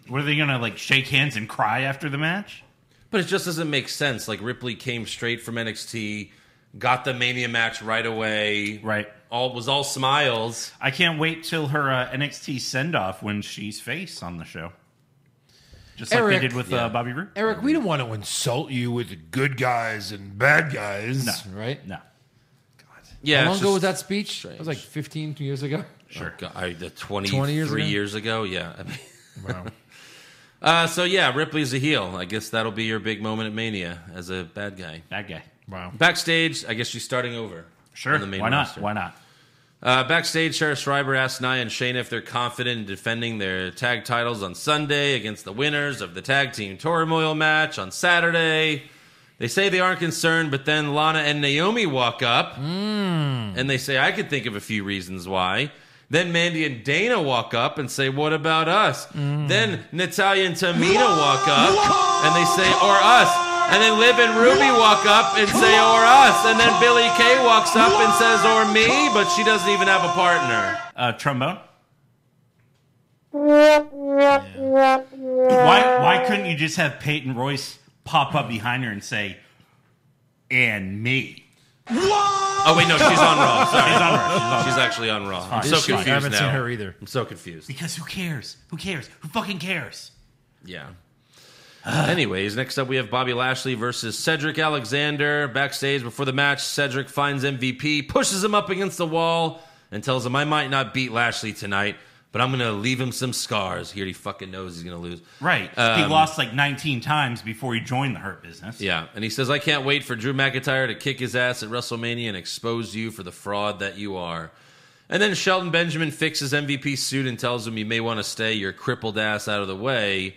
What are they gonna like? Shake hands and cry after the match? But it just doesn't make sense. Like Ripley came straight from NXT, got the Mania match right away. Right. All was all smiles. I can't wait till her uh, NXT send off when she's face on the show. Just like Eric. they did with Yeah. uh, Bobby Roode. Eric, we don't want to insult you with good guys and bad guys, right? No, Yeah. How long it's ago just- was that speech? It was like strange. 15 years ago. Sure. God, I, the 20, 20 years years, ago? ago? years ago. Yeah. I mean, Wow. uh, so, yeah, Ripley's a heel. I guess that'll be your big moment at Mania as a bad guy. bad guy. wow. Backstage, I guess she's starting over. Sure. on the main Why not? roster. Why not? Uh, backstage, Sarah Schreiber asked Nia and Shayna if they're confident in defending their tag titles on Sunday against the winners of the tag team turmoil match on Saturday. They say they aren't concerned, but then Lana and Naomi walk up and they say, I could think of a few reasons why. Then Mandy and Dana walk up and say, What about us? Mm. Then Natalia and Tamina walk up and they say, Or us. And then Liv and Ruby walk up and say, Or us. And then Billy Kay walks up and says, Or me, but she doesn't even have a partner. Uh, trombone. Why? Why couldn't you just have Peyton Royce pop up behind her and say, "And me"? Oh, wait, no, she's on Raw. Sorry. She's on her. She's on her. She's actually on Raw. I'm so It's fine. confused I haven't now. seen her either. I'm so confused. Because who cares? Who cares? Who fucking cares? Yeah. Anyways, next up we have Bobby Lashley versus Cedric Alexander. Backstage before the match, Cedric finds MVP, pushes him up against the wall, and tells him, I might not beat Lashley tonight, but I'm going to leave him some scars. He already fucking knows he's going to lose. Right. he Um, lost like 19 times before he joined the Hurt Business. Yeah. And he says, I can't wait for Drew McIntyre to kick his ass at WrestleMania and expose you for the fraud that you are. And then Shelton Benjamin fixes MVP's suit and tells him, You may want to stay your crippled ass out of the way.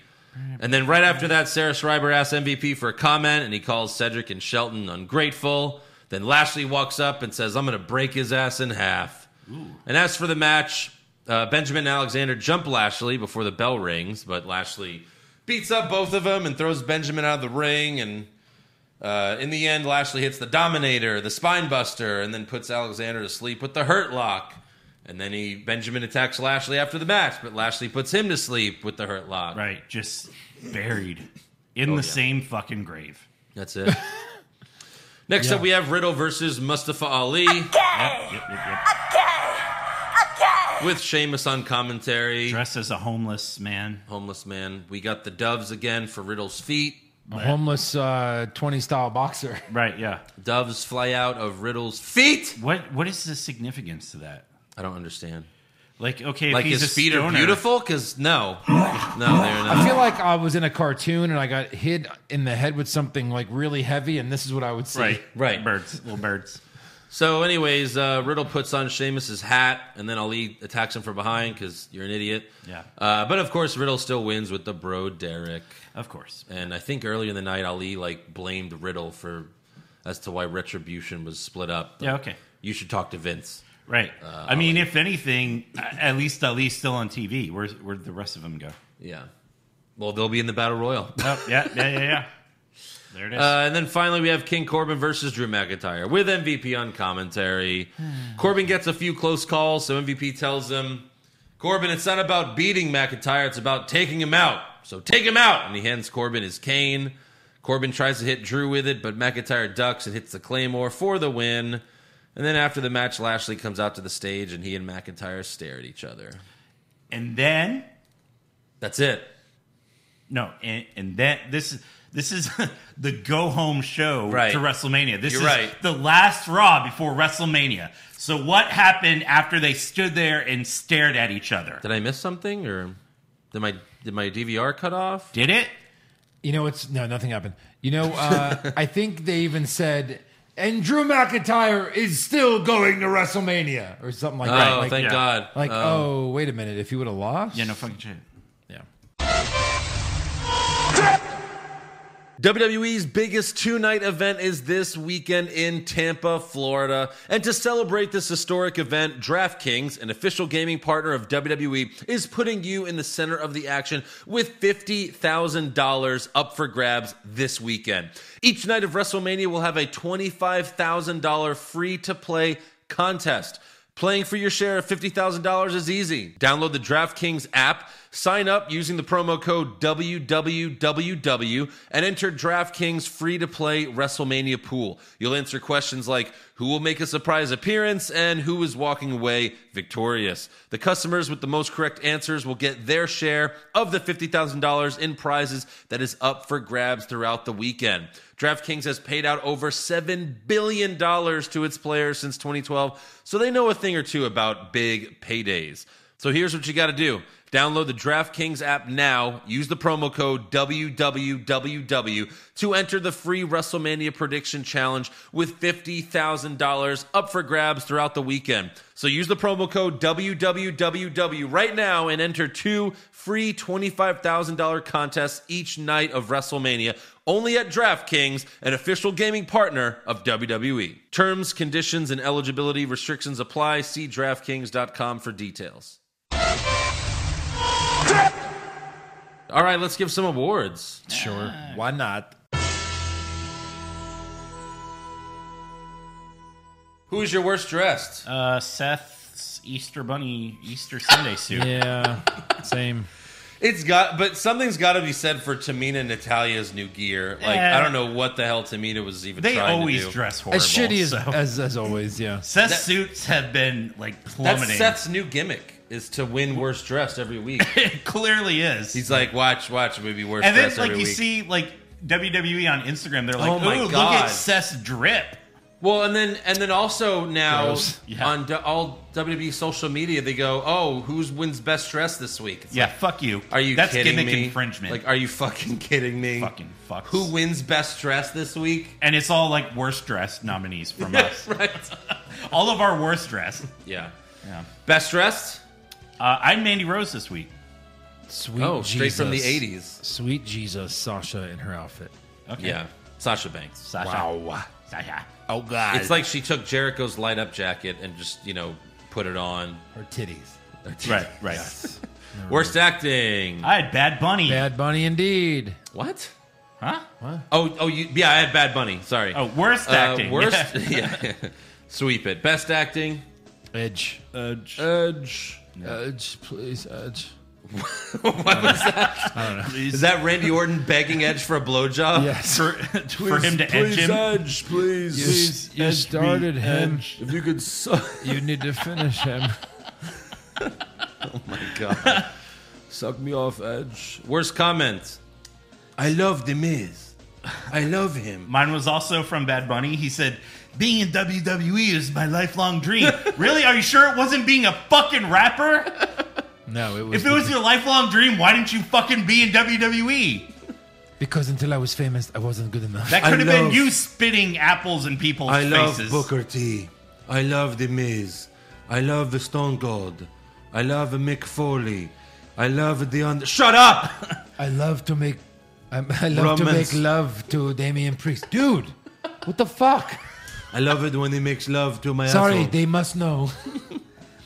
And then right after that, Sarah Schreiber asks MVP for a comment, and he calls Cedric and Shelton ungrateful. Then Lashley walks up and says, I'm going to break his ass in half. And as for the match, uh, Benjamin and Alexander jump Lashley before the bell rings, but Lashley beats up both of them and throws Benjamin out of the ring. And uh, in the end, Lashley hits the Dominator, the Spine Buster, and then puts Alexander to sleep with the Hurt Lock. And then he Benjamin attacks Lashley after the match, but Lashley puts him to sleep with the Hurt Lock. Right. Just buried Oh, in the same fucking grave. That's it. Next up, we have Riddle versus Mustafa Ali Yep, yep, yep, yep. with Sheamus on commentary. Dressed as a homeless man. Homeless man. We got the doves again for Riddle's feet. A homeless uh, 20 style boxer. Right. Yeah. Doves fly out of Riddle's feet. What What is the significance to that? I don't understand. Like, okay, if Like he's his a feet are stoner- beautiful? Because no. No, they're not. I feel like I was in a cartoon and I got hit in the head with something like really heavy, and this is what I would see. Right. Right. Birds. Little birds. So, anyways, uh, Riddle puts on Sheamus's hat, and then Ali attacks him from behind because you're an idiot. Yeah. Uh, but of course, Riddle still wins with the bro Derek. Of course. And I think earlier in the night, Ali like blamed Riddle for as to why Retribution was split up. Yeah, okay. You should talk to Vince. Right. Uh, I mean, if anything, a- at least Ali's still on TV. Where's where'd the rest of them go? Yeah. Well, they'll be in the battle royal. Oh, yeah, yeah, yeah, yeah. There it is. Uh, and then finally, we have King Corbin versus Drew McIntyre with MVP on commentary. Corbin gets a few close calls, so MVP tells him, Corbin, it's not about beating McIntyre, it's about taking him out. So take him out. And he hands Corbin his cane. Corbin tries to hit Drew with it, but McIntyre ducks and hits the Claymore for the win. And then after the match, Lashley comes out to the stage and he and McIntyre stare at each other. and then That's it. no, and, and then this is this is the go home show Right. to WrestleMania. This You're is right. the last Raw before WrestleMania. So what happened after they stood there and stared at each other? Did I miss something or did my did my DVR cut off? Did it? You know, it's no, nothing happened. You know, uh, I think they even said, and Drew McIntyre is still going to WrestleMania or something like that. Oh, Like, thank yeah. God. like, Um, oh, wait a minute. If he would have lost, Yeah, no fucking shit. yeah. WWE's biggest two night event is this weekend in Tampa, Florida. And to celebrate this historic event, DraftKings, an official gaming partner of WWE, is putting you in the center of the action with $50,000 up for grabs this weekend. Each night of WrestleMania will have a $25,000 free to play contest. Playing for your share of $50,000 is easy. Download the DraftKings app, sign up using the promo code WWWW, and enter DraftKings free to play WrestleMania pool. You'll answer questions like who will make a surprise appearance and who is walking away victorious. The customers with the most correct answers will get their share of the $50,000 in prizes that is up for grabs throughout the weekend. DraftKings has paid out over $7 billion to its players since 2012, so they know a thing or two about big paydays. So here's what you got to do download the DraftKings app now, use the promo code WWWW to enter the free WrestleMania Prediction Challenge with $50,000 up for grabs throughout the weekend. So use the promo code WWWW right now and enter two free $25,000 contests each night of WrestleMania only at DraftKings, an official gaming partner of WWE. Terms, conditions, and eligibility restrictions apply. See DraftKings.com for details. All right, let's give some awards. Sure. Why not? Who is your worst dressed? Uh, Seth's Easter Bunny Easter Sunday suit. Yeah. Same. It's got, but something's got to be said for Tamina and Natalia's new gear. Like, Yeah. I don't know what the hell Tamina was even They trying always to do. dress horrible. As shitty as, so. as as always. Yeah. Seth's suits have been like That's plummeting. Seth's new gimmick is to win worst dressed every week. it clearly is. He's like, watch, watch, I'm gonna be worst and then dressed like you every week. see like WWE on Instagram, they're like, Oh "Oh, my look God. at Seth's drip." Well, and then and then also now Gross. Yeah. on d- all WWE social media, they go, "Oh, who's wins best dressed this week?" It's Yeah, like, fuck you. are you That's kidding gimmick me? infringement? Like, are you fucking kidding me? fucking fucks. Who wins best dressed this week? and it's all like worst dressed nominees from us. right. All of our worst dressed. Yeah. Yeah. Best dressed? Uh, I'm Mandy Rose this week. Sweet. Oh, straight from the Jesus. 80s. Sweet Jesus, Sasha in her outfit. Okay. Yeah. Sasha Banks. Sasha. Wow. Sasha. Oh God. It's like she took Jericho's light up jacket and just, you know, put it on. her titties. Right. Right. Worst acting. I had Bad Bunny. Bad Bunny indeed. what? Huh? Oh, oh, you, yeah, I had Bad Bunny. Sorry. Oh, worst Uh, acting. worst. yeah. Sweep it. Best acting. Edge. Edge. Edge. Edge, please, Edge. What was that? Is that Randy Orton begging Edge for a blowjob? Yes. for, for him to edge him. Edge, You, please. you started him. If you could. You need to finish him. God. Suck me off, Edge. Worst comment. I love The Miz. I love him. Mine was also from Bad Bunny. He said, "Being in WWE is my lifelong dream." really? Are you sure it wasn't being a fucking rapper? No, it was, If it was your lifelong dream, why didn't you fucking be in E? WWE? because until I was famous, I wasn't good enough. That could I have been love- you spitting apples in people's I love faces. Booker T. I love The Miz. I love the Stone Cold. I love Mick Foley. I love the under. Shut up! I love to make. I, I love Romance. to make love to Damian Priest, dude. What the fuck? I love it when he makes love to my Sorry, asshole. they must know.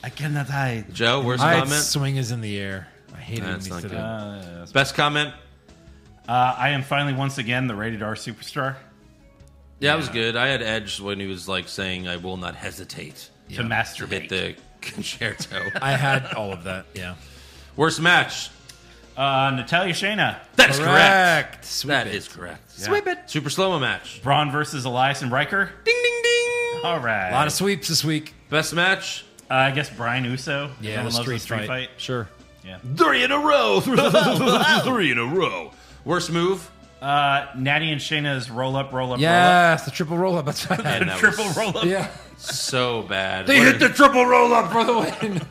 I cannot hide. Joe, worst My comment. swing is in the air. I hate it when That's he not said good. that. Best comment. Uh, I am finally once again the rated R superstar Yeah, that was good. I had Edge when he was like saying, "I will not hesitate to to hit masturbate. the concerto." I had all of that. Yeah. Worst match. uh, Natalia Shayna, That is correct. Sweet That bit. is correct. Super slow mo match. Braun versus Elias and Riker. Ding ding ding. All right. A lot of sweeps this week. Best match. uh, I guess Brian Uso. Yeah, Everyone the loves street, the street fight. Sure. Three in a row. Three in a row. Worst move. Uh, Natty and Shayna's roll up, roll up, Yes, the triple roll up. That's roll right. And that up. Triple was roll up. yeah. So bad. They What hit a- the triple roll up for the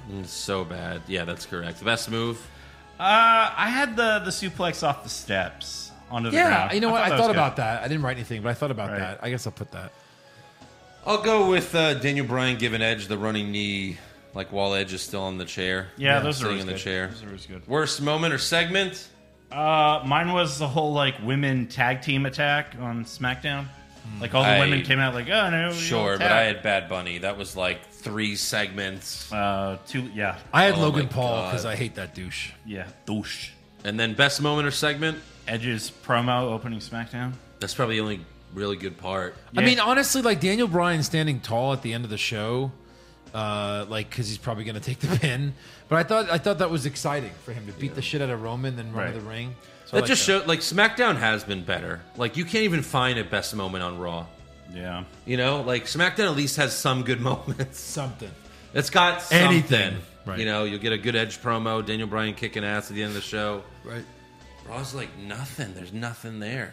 win. so bad. Yeah, that's correct. Best move. Uh, I had the the suplex off the steps onto the ground. Yeah, you know what? I thought, that was good. about that. I didn't write anything, but I thought about Right. that. I guess I'll put that. I'll go with uh, Daniel Bryan giving Edge the running knee, like while Edge is still on the chair. Yeah, those are sitting always in the good. chair. Those are always good. Worst moment or segment? Uh, mine was the whole like women tag team attack on SmackDown. Like all the Hmm. I- women came out like, oh no, we Sure, all but I tag." had Bad Bunny. That was like three segments, uh two yeah I had Oh Logan my Paul because God. I hate that douche. yeah douche. and then best moment or segment. Edge's promo opening SmackDown. That's probably the only really good part. I Yeah. mean, honestly, like Daniel Bryan standing tall at the end of the show, uh, like because he's probably going to take the pin. But I thought I thought that was exciting for him to beat the shit out of Roman, then run to Right. the ring. So I That like just showed like SmackDown has been better. Like you can't even find a best moment on Raw. Yeah. You know, like SmackDown at least has some good moments. something. It's got something. Anything. Right. You know, you'll get a good Edge promo, Daniel Bryan kicking ass at the end of the show. Right. Raw's like nothing. There's nothing there.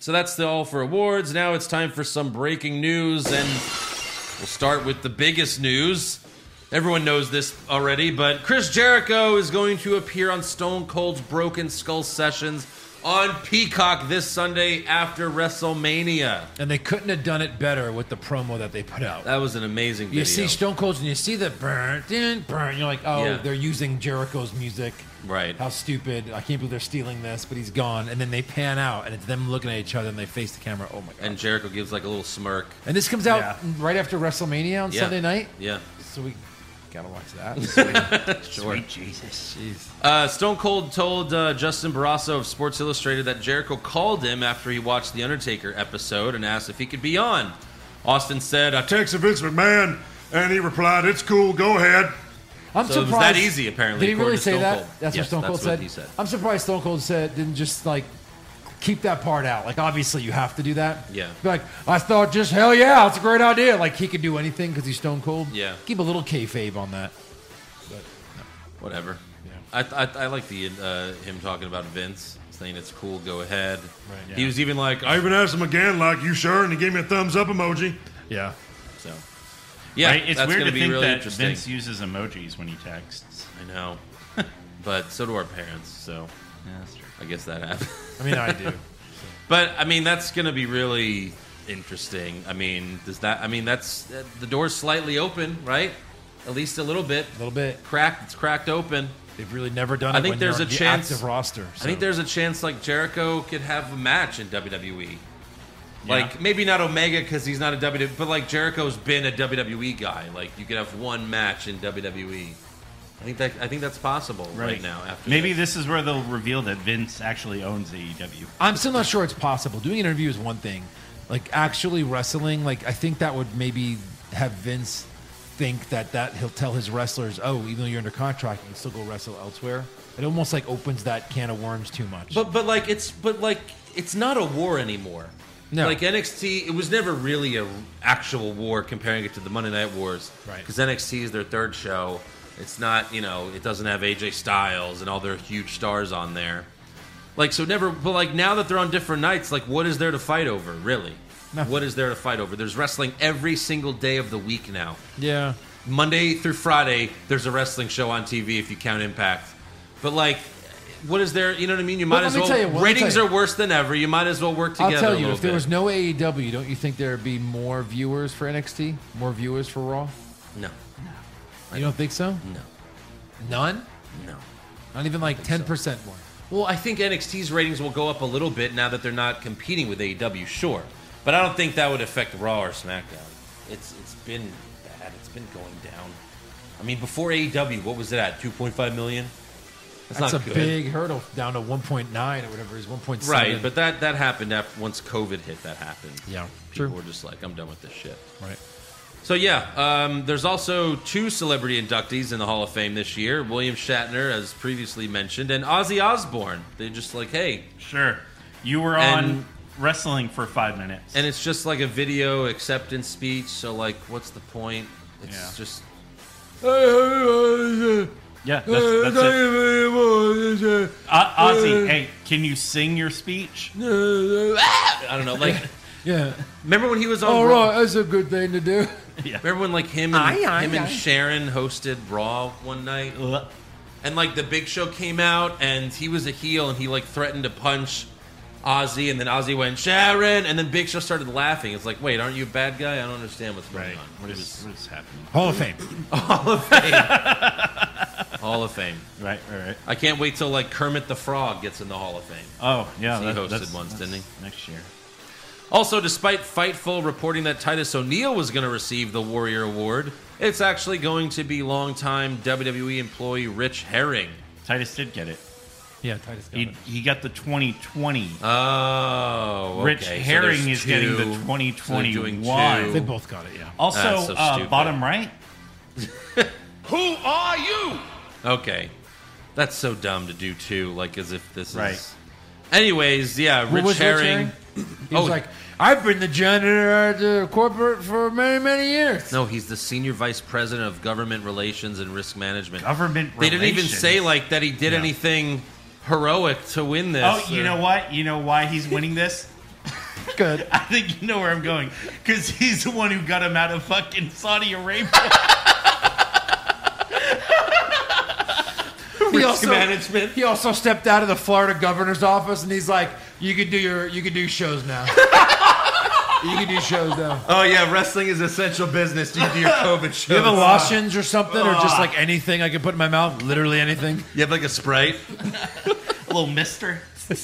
So that's the all for awards. Now it's time for some breaking news, and we'll start with the biggest news. Everyone knows this already, but Chris Jericho is going to appear on Stone Cold's Broken Skull Sessions on Peacock this Sunday after WrestleMania. And they couldn't have done it better with the promo that they put out. That was an amazing video. you see Stone Cold and you see the burn, din, burn. You're like, oh, Yeah. they're using Jericho's music. Right. How stupid! I can't believe they're stealing this, but he's gone. And then they pan out, and it's them looking at each other, and they face the camera. Oh my god! and Jericho gives like a little smirk. And this comes out Yeah. right after WrestleMania on Yeah. Sunday night. Yeah. So we gotta watch that. Sure. Jesus. Uh, Stone Cold told uh, Justin Barrasso of Sports Illustrated that Jericho called him after he watched the Undertaker episode and asked if he could be on. Austin said, "I took Texas Vince McMahon, and he replied, "It's cool. Go ahead." I'm So it was that easy, apparently, Did he according really to say Stone that? Cold. That's Yes, what Stone that's Cold said. what he said. I'm surprised Stone Cold said didn't just like keep that part out. Like obviously you have to do that. Yeah. Be like I thought, just hell yeah, it's a great idea. Like he could do anything because he's Stone Cold. Yeah. Keep a little kayfabe on that. whatever." I, I, I like the uh, him talking about Vince saying it's cool. Go ahead. Right, He was even like, I I, even asked him again, like, "You sure?" And he gave me a thumbs up emoji. Yeah. so yeah, right? It's that's weird gonna to be think really that interesting. Vince uses emojis when he texts. I know, but so do our parents. So Yeah, that's true. I guess that happened. I mean, I do. But I mean, that's going to be really interesting. I mean, does that? I mean, that's uh, the door's slightly open, right? At least a little bit. a little bit. Cracked. It's cracked open. They've really never done I it. think when there's you're a on the chance- Active roster. I think so. there's a chance like Jericho could have a match in WWE. Like maybe not Omega because he's not a WWE, but like Jericho's been a WWE guy. Like you could have one match in WWE. I think that I think that's possible right, now. After Maybe this is where they'll reveal that Vince actually owns E AEW. I'm still not sure it's possible. Doing an interview is one thing. Like actually wrestling, like I think that would maybe have Vince think that that he'll tell his wrestlers, "Oh, even though you're under contract, you can still go wrestle elsewhere." It almost like opens that can of worms too much. But but like it's but like it's not a war anymore. No. Like NXT, it was never really a actual war comparing it to the Monday Night Wars. Right. Because NXT is their third show. It's not you know it doesn't have AJ Styles and all their huge stars on there. Like so never but like now that they're on different nights, like what is there to fight over really? Nothing. What is there to fight over? There's wrestling every single day of the week now. yeah, Monday through Friday, there's a wrestling show on TV if you count Impact. But like, what is there? You know what I mean? You Well, let might as me well. tell you, let me ratings tell are you. worse than ever. You might as well work I'll together. tell a you, little if there bit. was no AEW, don't you think there'd be more viewers for NXT? More viewers for Raw? no, You don't think so? no, None? no. Not even like 10% more. Well, I think NXT's ratings will go up a little bit now that they're not competing with AEW, sure. But I don't think that would affect Raw or SmackDown. It's it's been bad. It's been going down. I mean, before AEW, what was it at? 2.5 million? That's a big hurdle down to 1.9 or whatever it is, 1.7. Right, but that that happened after, once COVID hit. That happened. Yeah, people true. were just like, "I'm done with this shit." Right. So yeah, um, there's also two celebrity inductees in the Hall of Fame this year: William Shatner, as previously mentioned, and Ozzy Osbourne. They're just like, "Hey," Sure. You were on And- wrestling for five minutes. and it's just like a video acceptance speech. So like, what's the point? It's Yeah. just yeah, that's, that's it. O- Ozzy, hey, can you sing your speech? I don't know. Like, Yeah. remember when he was on? All Raw? Oh, right, that's a good thing to do. Remember when like him and Aye, aye, him and aye. Sharon hosted Raw one night? Ugh. And like the Big Show came out and he was a heel and he like threatened to punch Ozzy and then Ozzy went Sharon and then Big Show started laughing. It's like, wait, aren't you a bad guy? I don't understand what's going Right. on. What is, what is happening? Hall of Fame. Hall of Fame. Right, right, right. I can't wait till like Kermit the Frog gets in the Hall of Fame. Oh, yeah. He that- hosted that's- once, that's didn't Next year. Also, despite Fightful reporting that Titus O'Neil was going to receive the Warrior Award, it's actually going to be longtime WWE employee Rich Herring. Titus did get it. Yeah, Titus got He, he got the 2020. Oh, okay. Rich So Herring there's is getting the two. So they're doing 2021. two. They both got it, yeah. also, That's so uh, stupid. bottom right. Who are you? Okay. That's so dumb to do too, like as if this Right. is Anyways, yeah, What Rich was Rich Herring. He was Oh. like, I've been the janitor at the corporate for many, many years. No, he's the senior vice president of government relations and risk management. Government They didn't even relations. say like that he did anything heroic to win this. Oh, you or- know what? You know why he's winning this? Good. I think you know where I'm going. Because he's the one who got him out of fucking Saudi Arabia. He Risk also- management. He also stepped out of the Florida governor's office and he's like, You can do your you can do shows now. you can do shows now. Oh yeah, wrestling is essential business. Do you do your COVID shows? Do you have a lozenge or something, or just like anything I can put in my mouth? Literally anything. You have like a sprite? Little mister. You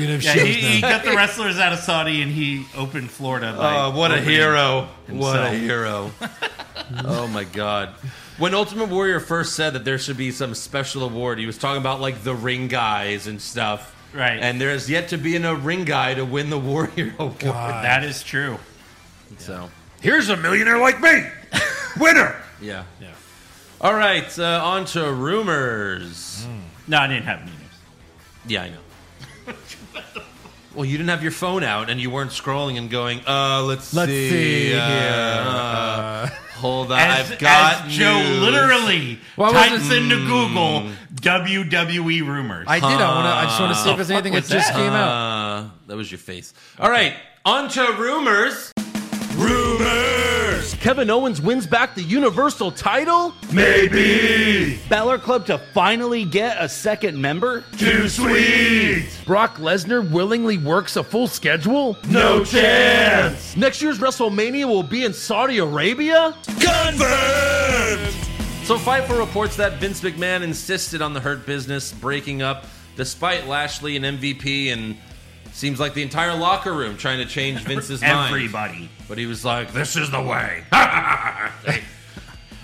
can have Yeah, shoes he, he now. got the wrestlers out of Saudi and he opened Florida. by Oh, what a opening- hero. What a himself. hero. oh my god. When Ultimate Warrior first said that there should be some special award, he was talking about like the ring guys and stuff. Right. And there has yet to be a ring guy to win the Warrior Award. That is true. So, Here's a millionaire like me. Winner. yeah. Yeah. All right, uh, on to rumors. No, I didn't have any news. Yeah, I know. well, you didn't have your phone out and you weren't scrolling and going, uh, let's, Let's see. see uh, here. hold on. As, I've got as Joe news. literally What was types into Google WWE rumors. I did. I want to. I just want to see if there's Huh. anything that Fuck was just that? came out. Uh, that was your face. All right, on to rumors. Rumors. Kevin Owens wins back the Universal title? Maybe. Balor Club to finally get a second member? Too sweet. Brock Lesnar willingly works a full schedule? No chance. Next year's WrestleMania will be in Saudi Arabia? So Fightful reports that Vince McMahon insisted on the Hurt Business breaking up, despite Lashley and MVP and seems like the entire locker room trying to change Vince's mind. Everybody. But he was like, "This." This is the way.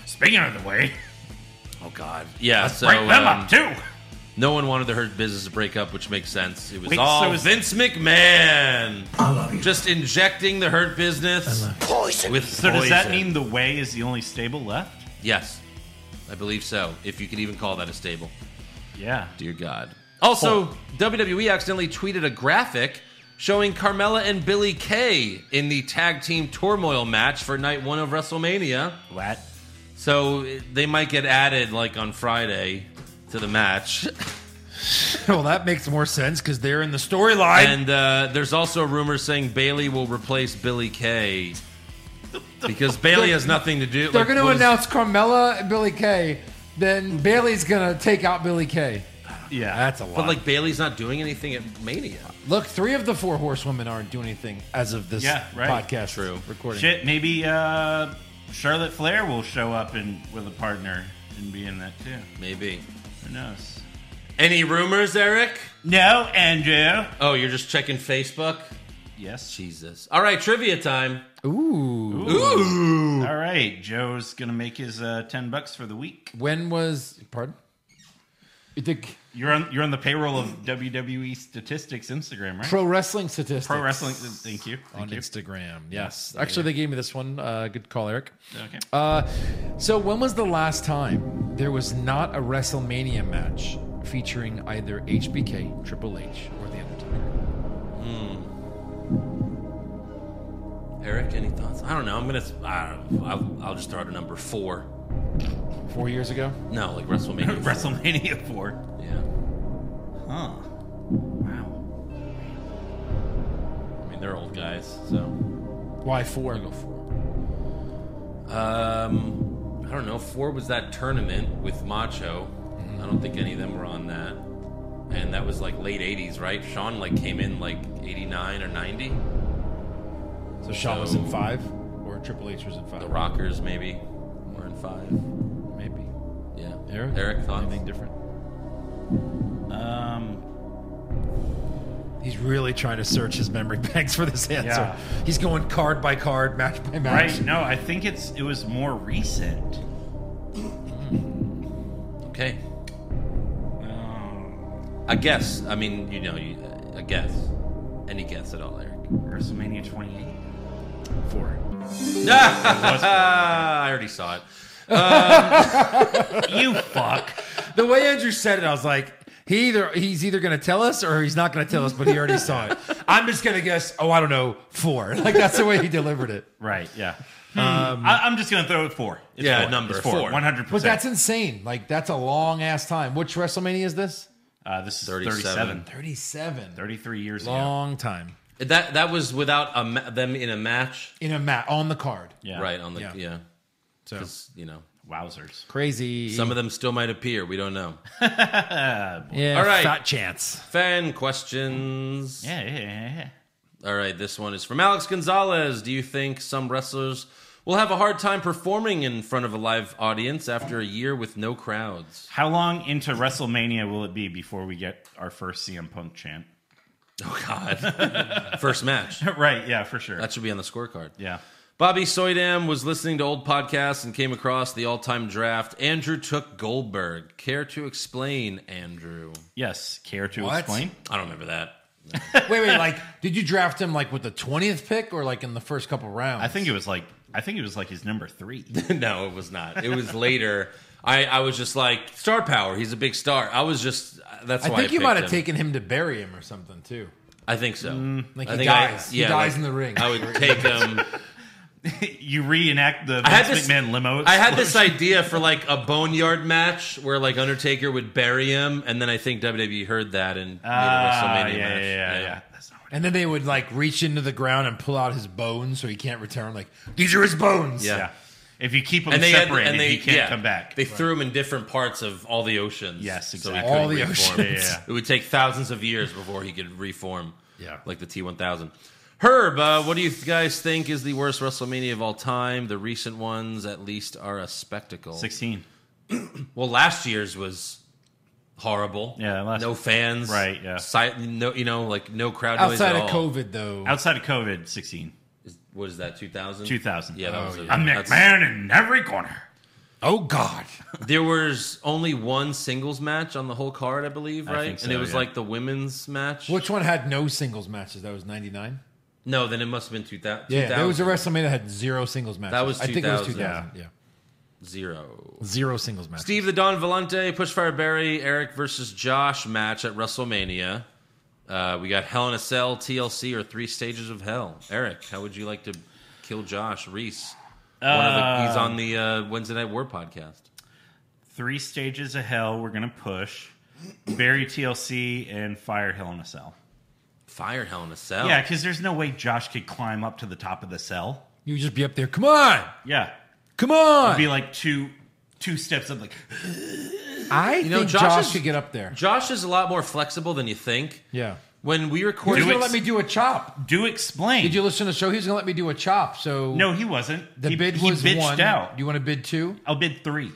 Speaking of the way, Oh God. Yeah. so break them um, up too. no one wanted the Hurt Business to break up, which makes sense. It was Wait, all so is- Vince McMahon I love you. just injecting the Hurt Business with So does that poison. mean the way is the only stable left? Yes, I believe so. If you could even call that a stable, Yeah. dear God. Also, WWE accidentally tweeted a graphic showing Carmella and Billy Kay in the tag team turmoil match for night one of WrestleMania. What? So it- they might get added like on Friday to the match. Well, that makes more sense because they're in the storyline. And uh, there's also rumors saying Bailey will replace Billy Kay because Bailey has nothing to do. They're like, going to what is- announce Carmella and Billy Kay. Then Bailey's going to take out Billy Kay. Yeah. that's a lot. But like Bailey's not doing anything at Mania. look, three of the four horsewomen aren't doing anything as of this Yeah, right. podcast True. recording. Shit, maybe uh, Charlotte Flair will show up and with a partner and be in that too. Maybe. Who knows? Any rumors, Eric? No, Andrew. Oh, you're just checking Facebook? Yes. Jesus. All right, trivia time. Ooh. Ooh. All right, Joe's gonna make his uh, ten bucks for the week. When was pardon? You think You're on you're on the payroll of WWE Statistics Instagram, right? pro wrestling statistics. Pro wrestling. Thank you. Thank on you. Instagram. Yes. Actually, they gave me this one. Uh, good call, Eric. Okay. Uh, so, when was the last time there was not a WrestleMania match featuring either HBK, Triple H, or The Undertaker? Eric, any thoughts? I don't know. I'm gonna. I don't know. I'll, I'll just throw out a number four. Four years ago? No, like WrestleMania. four. WrestleMania four. Yeah. Huh. Wow. I mean, they're old guys, so. Why four? go four. Um, I don't know. Four was that tournament with Macho. Mm-hmm. I don't think any of them were on that. And that was like late '80s, right? Sean like came in like '89 or '90. So, Shaw was So- in five, or Triple H was in five? The Rockers maybe were in five. Maybe. Yeah. Eric? Eric thoughts? Anything different? Um. He's really trying to search his memory banks for this answer. Yeah. He's going card by card, match by match. Right. No, I think it's it was more recent. Okay. Um, I guess. I mean, you know, you, uh, a guess. Any guess at all, Eric? WrestleMania 28. Four. Uh, I already saw it. You fuck. The way Andrew said it, I was like, he either he's either going to tell us or he's not going to tell us, but he already saw it. I'm just going to guess. Oh, I don't know, four. Like that's the way he delivered it. Right. Yeah. Hmm. Um, I, I'm just gonna throw it four. It's Yeah, four. number It's four. four. One hundred But that's percent. insane. Like that's a long ass time. Which WrestleMania is this? Uh, this is 37. 37. Thirty-seven. 33 years ago. Long time That that was without a ma- them in a match, in a mat on the card. Yeah. right? On the Yeah. yeah, So 'Cause, you know, Wowzers. crazy. some of them still might appear. We don't know. yeah. All right. Fat chance. Fan questions. Yeah, yeah, yeah, yeah. All right, this one is from Alex Gonzalez. Do you think some wrestlers will have a hard time performing in front of a live audience after a year with no crowds? How long into WrestleMania will it be before we get our first CM Punk chant? Oh God! First match. right. Yeah, for sure. That should be on the scorecard. yeah. Bobby Soydam was listening to old podcasts and came across the all-time draft. Andrew took Goldberg. Care to explain, Andrew? Yes. Care to What? explain? I don't remember that. Wait, wait. Like, did you draft him like with the twentieth pick or like in the first couple rounds? I think it was like I think it was like his number three. no, it was not. It was later. I, I was just like star power. He's a big star. I was just that's I why think you picked might have him. taken him to bury him or something too. I think so. Like I he think I- dies. yeah, he dies like, in the ring. I would take him. you reenact the Vince I had this McMahon limo. I had this idea for like a boneyard match where like Undertaker would bury him, and then I think WWE heard that and made a Ah, WrestleMania yeah, match. yeah, yeah, yeah. That's not what And then they would like reach into the ground and pull out his bones so he can't return. Like, these are his bones. Yeah. Yeah. If you keep them And they had, separated, and they he can't yeah, come back. They threw him in different parts of all the oceans. Yes, So he exactly. couldn't All the reform. oceans. Yeah. It would take thousands of years before he could reform. Yeah. Like the T1000. Herb, uh, what do you guys think is the worst WrestleMania of all time? The recent ones, at least, are a spectacle. 16. Well, last year's was horrible. Yeah, last- no fans. Right, yeah. Si- no, you know, like no crowd noise Outside at of all. COVID, though, Outside of COVID, 16. Is- What is that? Two thousand. 2000. Yeah, that was. it. I'm That's- McMahon in every corner. oh god, There was only one singles match on the whole card, I believe, I right? think and so, it was yeah. like the women's match. which one had no singles matches? That was ninety nine. No, then it must have been two thousand. Yeah, there was a WrestleMania that had zero singles matches. was I think it was two 2000. thousand. Yeah. zero. zero singles matches. Steve the Don Valente, Pushfire Barry, Eric versus Josh match at WrestleMania. Uh, we got Hell in a Cell, TLC, or Three Stages of Hell. Eric, how would you like to kill Josh Reese? One of the, he's on the uh, Wednesday Night War podcast. Three stages of hell we're going to push. Bury TLC and fire Hell in a Cell. Fire Hell in a Cell. Yeah, because there's no way Josh could climb up to the top of the cell. you would just be up there. Come on, Yeah. come on. Be like two two steps up, like, I know, think Josh Josh, is- could get up there. Josh is a lot more flexible than you think. Yeah. When we He recorded, was going to let me do a chop. Do explain. Did you listen to the show? He was going to let me do a chop. So No, he wasn't. the he, bid he was bitched one. out. You want to bid two? I'll bid three.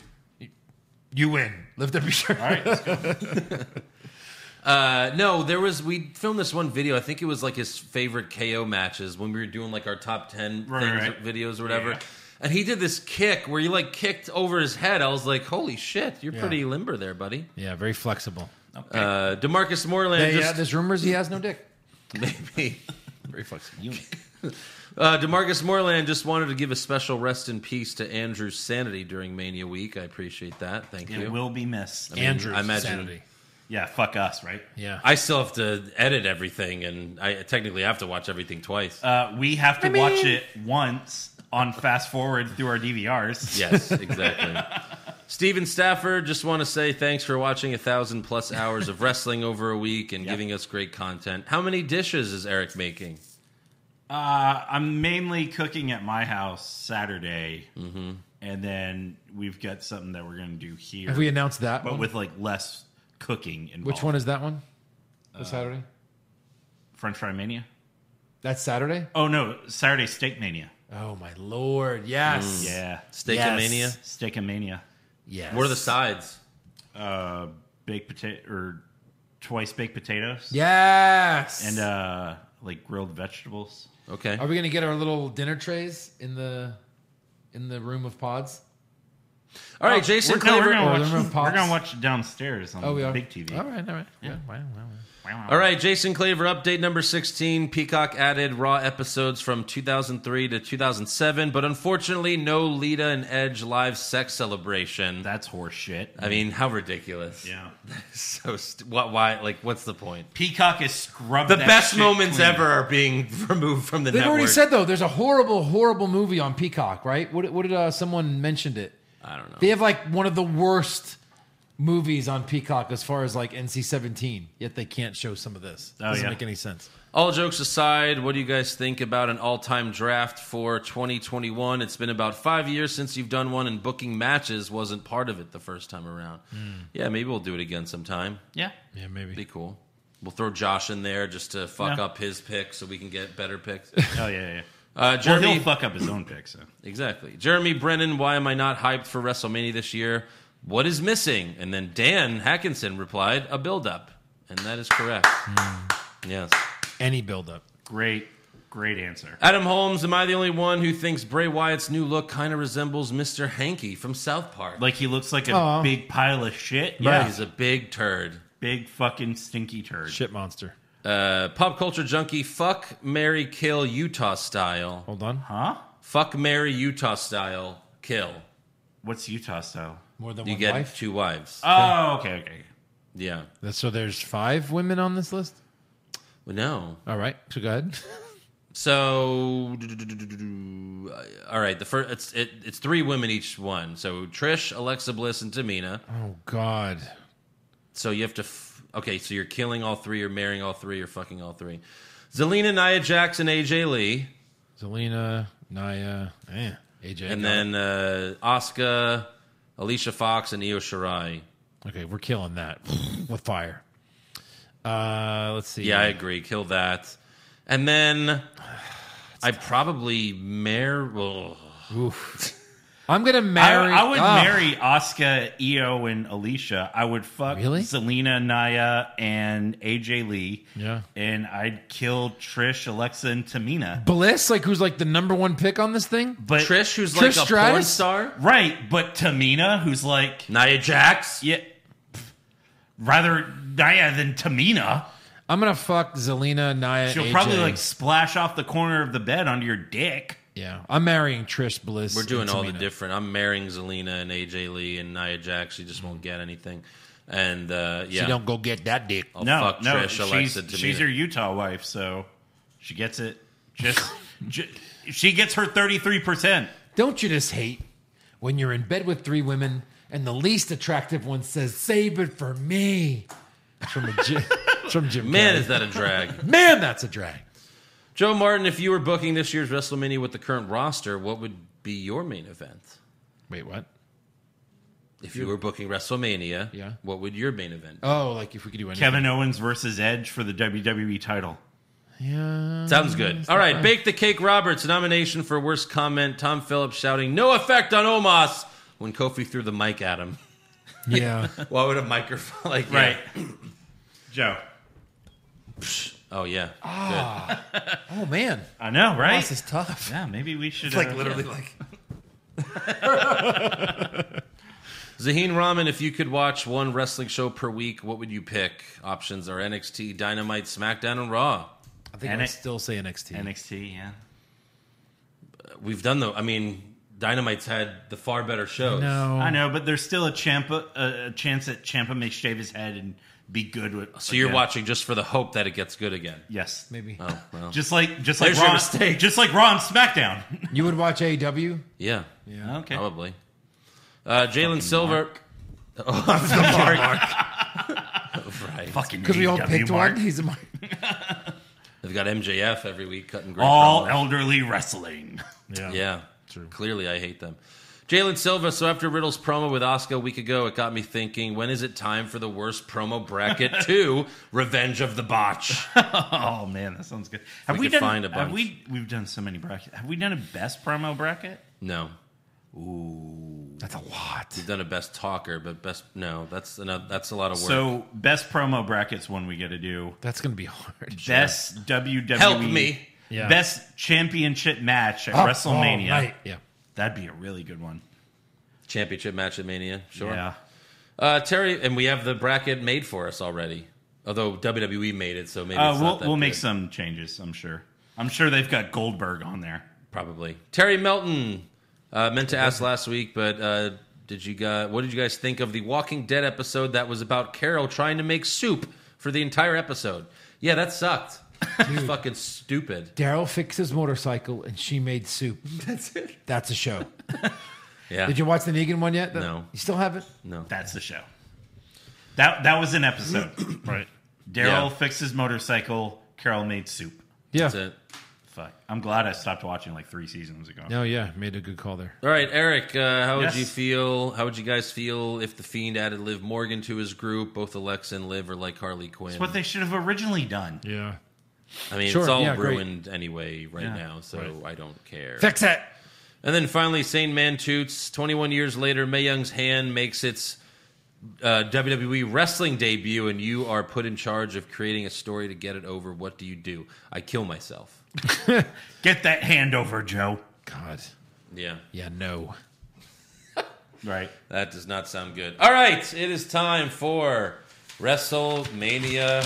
You win. Lift every shirt. All right. let's go. Uh, no, there was we filmed this one video. I think it was like his favorite KO matches when we were doing like our top ten Right, things, right. videos or whatever. Yeah. And he did this kick where he like kicked over his head. I was like, "Holy shit, you're pretty limber there, buddy." Yeah, very flexible. Okay. Uh, Demarcus Moreland, Hey, yeah, just there's rumors he has no dick. maybe very flexible. Uh, Demarcus Moreland just wanted to give a special rest in peace to Andrew's sanity during Mania Week. I appreciate that. Thank it you. will be missed. Andrew, I imagine- sanity. Yeah, fuck us, right? Yeah. I still have to edit everything, and I technically have to watch everything twice. Uh, we have to watch it once on fast forward through our DVRs. Yes, exactly. Steven Stafford, just want to say thanks for watching a thousand plus hours of wrestling over a week and giving us great content. How many dishes is Eric making? Uh, I'm mainly cooking at my house Saturday, Mm-hmm. and then we've got something that we're gonna do here, Have we announced that but one? with like less cooking involved. Which one is that one? This Saturday? French Fry Mania? That's Saturday? Oh no, Saturday Steak Mania. Oh, my Lord. Yes. Mm. Yeah, Steakomania? Steak Mania. Yes. What are the sides? Uh, baked potato or twice baked potatoes. Yes. and uh, like grilled vegetables. Okay. Are we gonna get our little dinner trays in the in the room of pods? All right, Jason we're, no, we're Claver- gonna Oh, watch. they're We're real pops. gonna watch it downstairs on Oh, we are. big TV. All right, all right. Yeah. Wow, wow, wow. All right, Jason Claver, update number 16. Peacock added Raw episodes from 2003 to 2007, but unfortunately, no Lita and Edge live sex celebration. That's horse shit. I mean, how ridiculous. yeah. So, st- why, why, like, what's the point? Peacock is scrubbed. The that best shit moments clean. ever are being removed from the They've network. already said though. There's a horrible, horrible movie on Peacock, right? What, what did uh, someone mentioned it? I don't know. They have like one of the worst movies on Peacock as far as like NC-17. Yet they can't show some of this. Oh, Doesn't yeah. make any sense. All jokes aside, what do you guys think about an all-time draft for 2021? It's been about five years since you've done one, and booking matches wasn't part of it the first time around. Hmm. Yeah, maybe we'll do it again sometime. Yeah. Yeah, Be maybe. cool. We'll throw Josh in there just to fuck Yeah. up his pick so we can get better picks. Oh yeah. yeah. Uh, Well, Jeremy, he'll fuck up his own pick. So exactly. Jeremy Brennan, why am I not hyped for WrestleMania this year? What is missing? And then Dan Hackinson replied, a build-up, and that is correct. Yes. Any buildup. great, great answer. Adam Holmes, am I the only one who thinks Bray Wyatt's new look kind of resembles Mr. Hankey from South Park? Like he looks like a Aw. big pile of shit. yeah, he's a big turd. Big fucking stinky turd. Shit monster. Uh, pop culture junkie, fuck Mary Kill Utah style. Hold on. Huh? Fuck Mary Utah style kill. What's Utah style? More than You one get wife. two wives. Oh, okay, okay. yeah. That's- So there's five women on this list. Well, no. All right. So go ahead. So, uh, all right. The first, it's it, it's three women each one. So Trish, Alexa Bliss, and Tamina. Oh God. So you have to. F- okay, so you're killing all three, you're marrying all three, you're fucking all three. Zelina, Nia Jackson, AJ Lee, Zelina, Naya, eh, AJ. and then uh, Asuka, Alicia Fox, and Io Shirai. okay, we're killing that with fire. Uh, let's see. Yeah, I agree. Kill that. And then I probably marry. Well, I'm gonna I, marry. I would oh, marry Oscar, Io, and Alicia. I would fuck Really? Selena, Naya, and AJ Lee. Yeah. And I'd kill Trish, Alexa, and Tamina. Bliss, like who's like the number one pick on this thing. But Trish, who's Trish like a porn Stratus? star. right? But Tamina, who's like Nia Jax. yeah, rather Naya than Tamina. I'm gonna fuck Zelina, Naya. She'll AJ. probably like splash off the corner of the bed onto your dick. Yeah, I'm marrying Trish Bliss. We're doing and all the Tamina. different. I'm marrying Zelina and AJ Lee and Nia Jax. She just won't get anything. And uh, So yeah, don't go get that dick. I'll no, Oh, fuck no, Trish, Alexa, she's, Tamina. she's your Utah wife, so she gets it. Just, ju- she gets her thirty three percent. Don't you just hate when you're in bed with three women and the least attractive one says, "Save it for me." It's From a Jim, it's from Jim. Man, Carrey. is that a drag? man, that's a drag. Joe Martin, if you were booking this year's WrestleMania with the current roster, what would be your main event? Wait, what? If you were booking WrestleMania, Yeah. what would your main event? be? Oh, like if we could do anything. Kevin Owens versus Edge for the WWE title. Yeah. Sounds good. All right, Bake the Cake Roberts nomination for worst comment. Tom Phillips shouting no effect on Omos when Kofi threw the mic at him. Yeah. Why would a microphone like Right. Joe. Oh yeah. oh man, I know, right? this is tough. yeah, maybe we should. uh, like Zaheen Rahman, if you could watch one wrestling show per week, what would you pick? Options are NXT, Dynamite, SmackDown, and Raw. I think And I it- still say NXT. NXT, yeah. We've done though. I mean, Dynamite's had the far better shows. no, I know, but there's still a Champa a, a chance that Champa may shave his head and be good with. So you're again. watching just for the hope that it gets good again. Yes, maybe Oh well. Just like just like There's your Raw, mistake. just like Raw and SmackDown. Oh, you would watch E AEW. Yeah. Yeah. Okay, Probably. Uh, Jalen Silver. Oh, I'm the mark. right. fucking Because we all AEW picked mark. one. He's a E mark. They've got MJF every week cutting great. All promos. elderly wrestling. Yeah. True. Clearly, I hate them. Jalen Silva. So after Riddle's promo with Oscar a week ago, it got me thinking: When is it time for the worst promo bracket two? Revenge of the Botch? Oh man, that sounds good. Have We we, could done? find a bunch. Have we we've done so many brackets. Have we done a best promo bracket? No, That's a lot. we've done a best talker, but best no. That's another, that's a lot of work. So best promo brackets one we got to do. That's gonna be hard. Best WWE. Help me. Yeah. Best championship match at Oh, WrestleMania. oh, right. Yeah. That'd be a really good one. Championship match at Mania. Sure. Yeah. Uh, Terry, and we have the bracket made for us already. Although WWE made it, so maybe Uh, it's we'll not that we'll make good. some changes. I'm sure. I'm sure they've got Goldberg on there. probably. Terry Melton uh, meant to ask last week, but uh, did you guys? What did you guys think of the Walking Dead episode that was about Carol trying to make soup for the entire episode? Yeah, that sucked. It's fucking stupid. Daryl fixed his motorcycle, and she made soup. That's it. That's a show. Yeah, Did you watch the Negan one yet? No. You still haven't? no. That's the show. That that was an episode. Right. Daryl Yeah. fixed his motorcycle. Carol made soup. Yeah. That's it. Fuck. I'm glad I stopped watching like three seasons ago. Oh yeah, made a good call there. All right, Eric. Uh, how would Yes. you feel? How would you guys feel if the Fiend added Liv Morgan to his group? Both Alexa and Liv are like Harley Quinn. What they should have originally done. Yeah. I mean, Sure, it's all yeah, great. ruined anyway right Yeah, now, so I don't care. Fix it. And then finally, Sane Man Toots. 21 years later, Mae Young's hand makes its uh, WWE wrestling debut, and you are put in charge of creating a story to get it over. What do you do? I kill myself. Get that hand over, Joe. God. Yeah, Yeah. No. Right. that does not sound good. All right, it is time for WrestleMania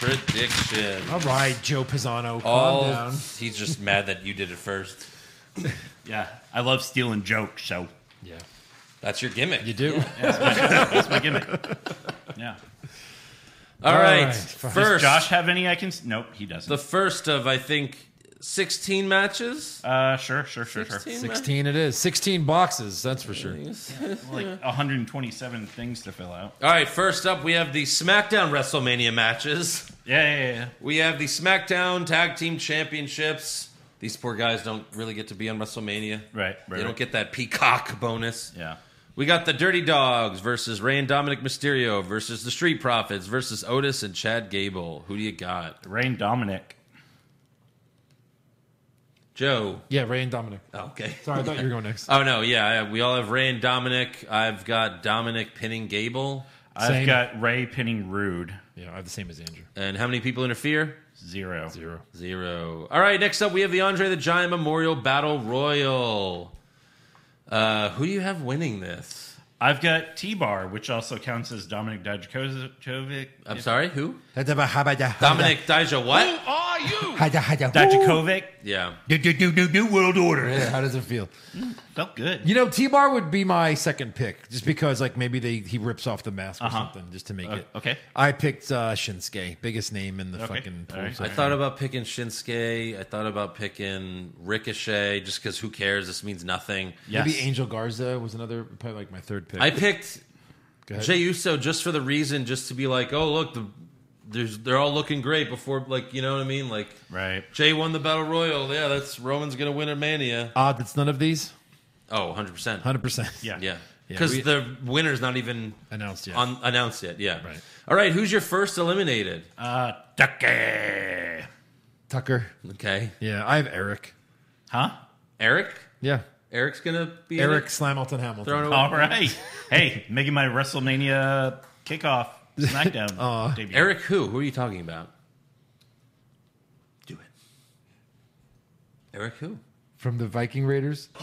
prediction. All right, Joe Pisano, calm All down. he's just mad that you did it first. Yeah. I love stealing jokes, so Yeah. That's your gimmick. You do. that's my gimmick. Yeah. All right, right. first, Josh have any I can s- Nope, he doesn't. the first of I think 16 matches. uh sure, sure, sure, sure. 16 it is. 16 boxes, that's for sure. Like 127 things to fill out. All right, first up, we have the SmackDown WrestleMania matches. Yeah, yeah, yeah. We have the SmackDown Tag Team Championships. These poor guys don't really get to be on WrestleMania. Right, right, They don't right. get that peacock bonus. Yeah. We got the Dirty Dogs versus Ray and Dominic Mysterio versus the Street Profits versus Otis and Chad Gable. Who do you got? Rain Dominic. Joe. Yeah, Ray and Dominic. Oh, okay. Sorry, I thought you were going next. Oh, no. Yeah. I- We all have Ray and Dominic. I've got Dominic pinning Gable. Same. I've got Ray pinning Rude. Yeah, I have the same as Andrew. And how many people interfere? Zero. Zero. Zero. All right, next up we have the Andre the Giant Memorial Battle Royal. Uh, who do you have winning this? I've got T Bar, which also counts as Dominic Uh, Dijakovic. I'm sorry, who? Dominic. Dominic Dijah what? Dijakovic Yeah. Do, do, do, do, do, world order. Yeah, how does it feel? felt good. You know, T Bar would be my second pick just because, like, maybe they he rips off the mask or Uh-huh. something just to make Uh, it. okay. I picked uh, Shinsuke, biggest name in the Okay. fucking All right. pool. I thought about picking Shinsuke. I thought about picking Ricochet just because who cares? This means nothing. Yes. Maybe Angel Garza was another, probably like my third pick. I picked Go ahead. Jey Uso just for the reason just to be like, oh, look, the, there's, they're all looking great before, like, you know what I mean? Like, Right. Jay won the Battle Royal. Yeah, that's Roman's going to win at Mania. Odd, it's none of these. Oh, 100%. Hundred percent. Yeah. Yeah. because we- the winner's not even Announced yet. un- announced yet. Yeah. Right. All right. Who's your first eliminated? Uh, Ducky. Tucker. Okay. Yeah, I have Eric. Huh? Eric. Yeah, Eric's gonna be in Eric it? Slamilton Hamilton. Thrown away. All right. hey, making my WrestleMania kickoff SmackDown debut. Eric, who? Who are you talking about? Do it. Eric, who? from the Viking Raiders.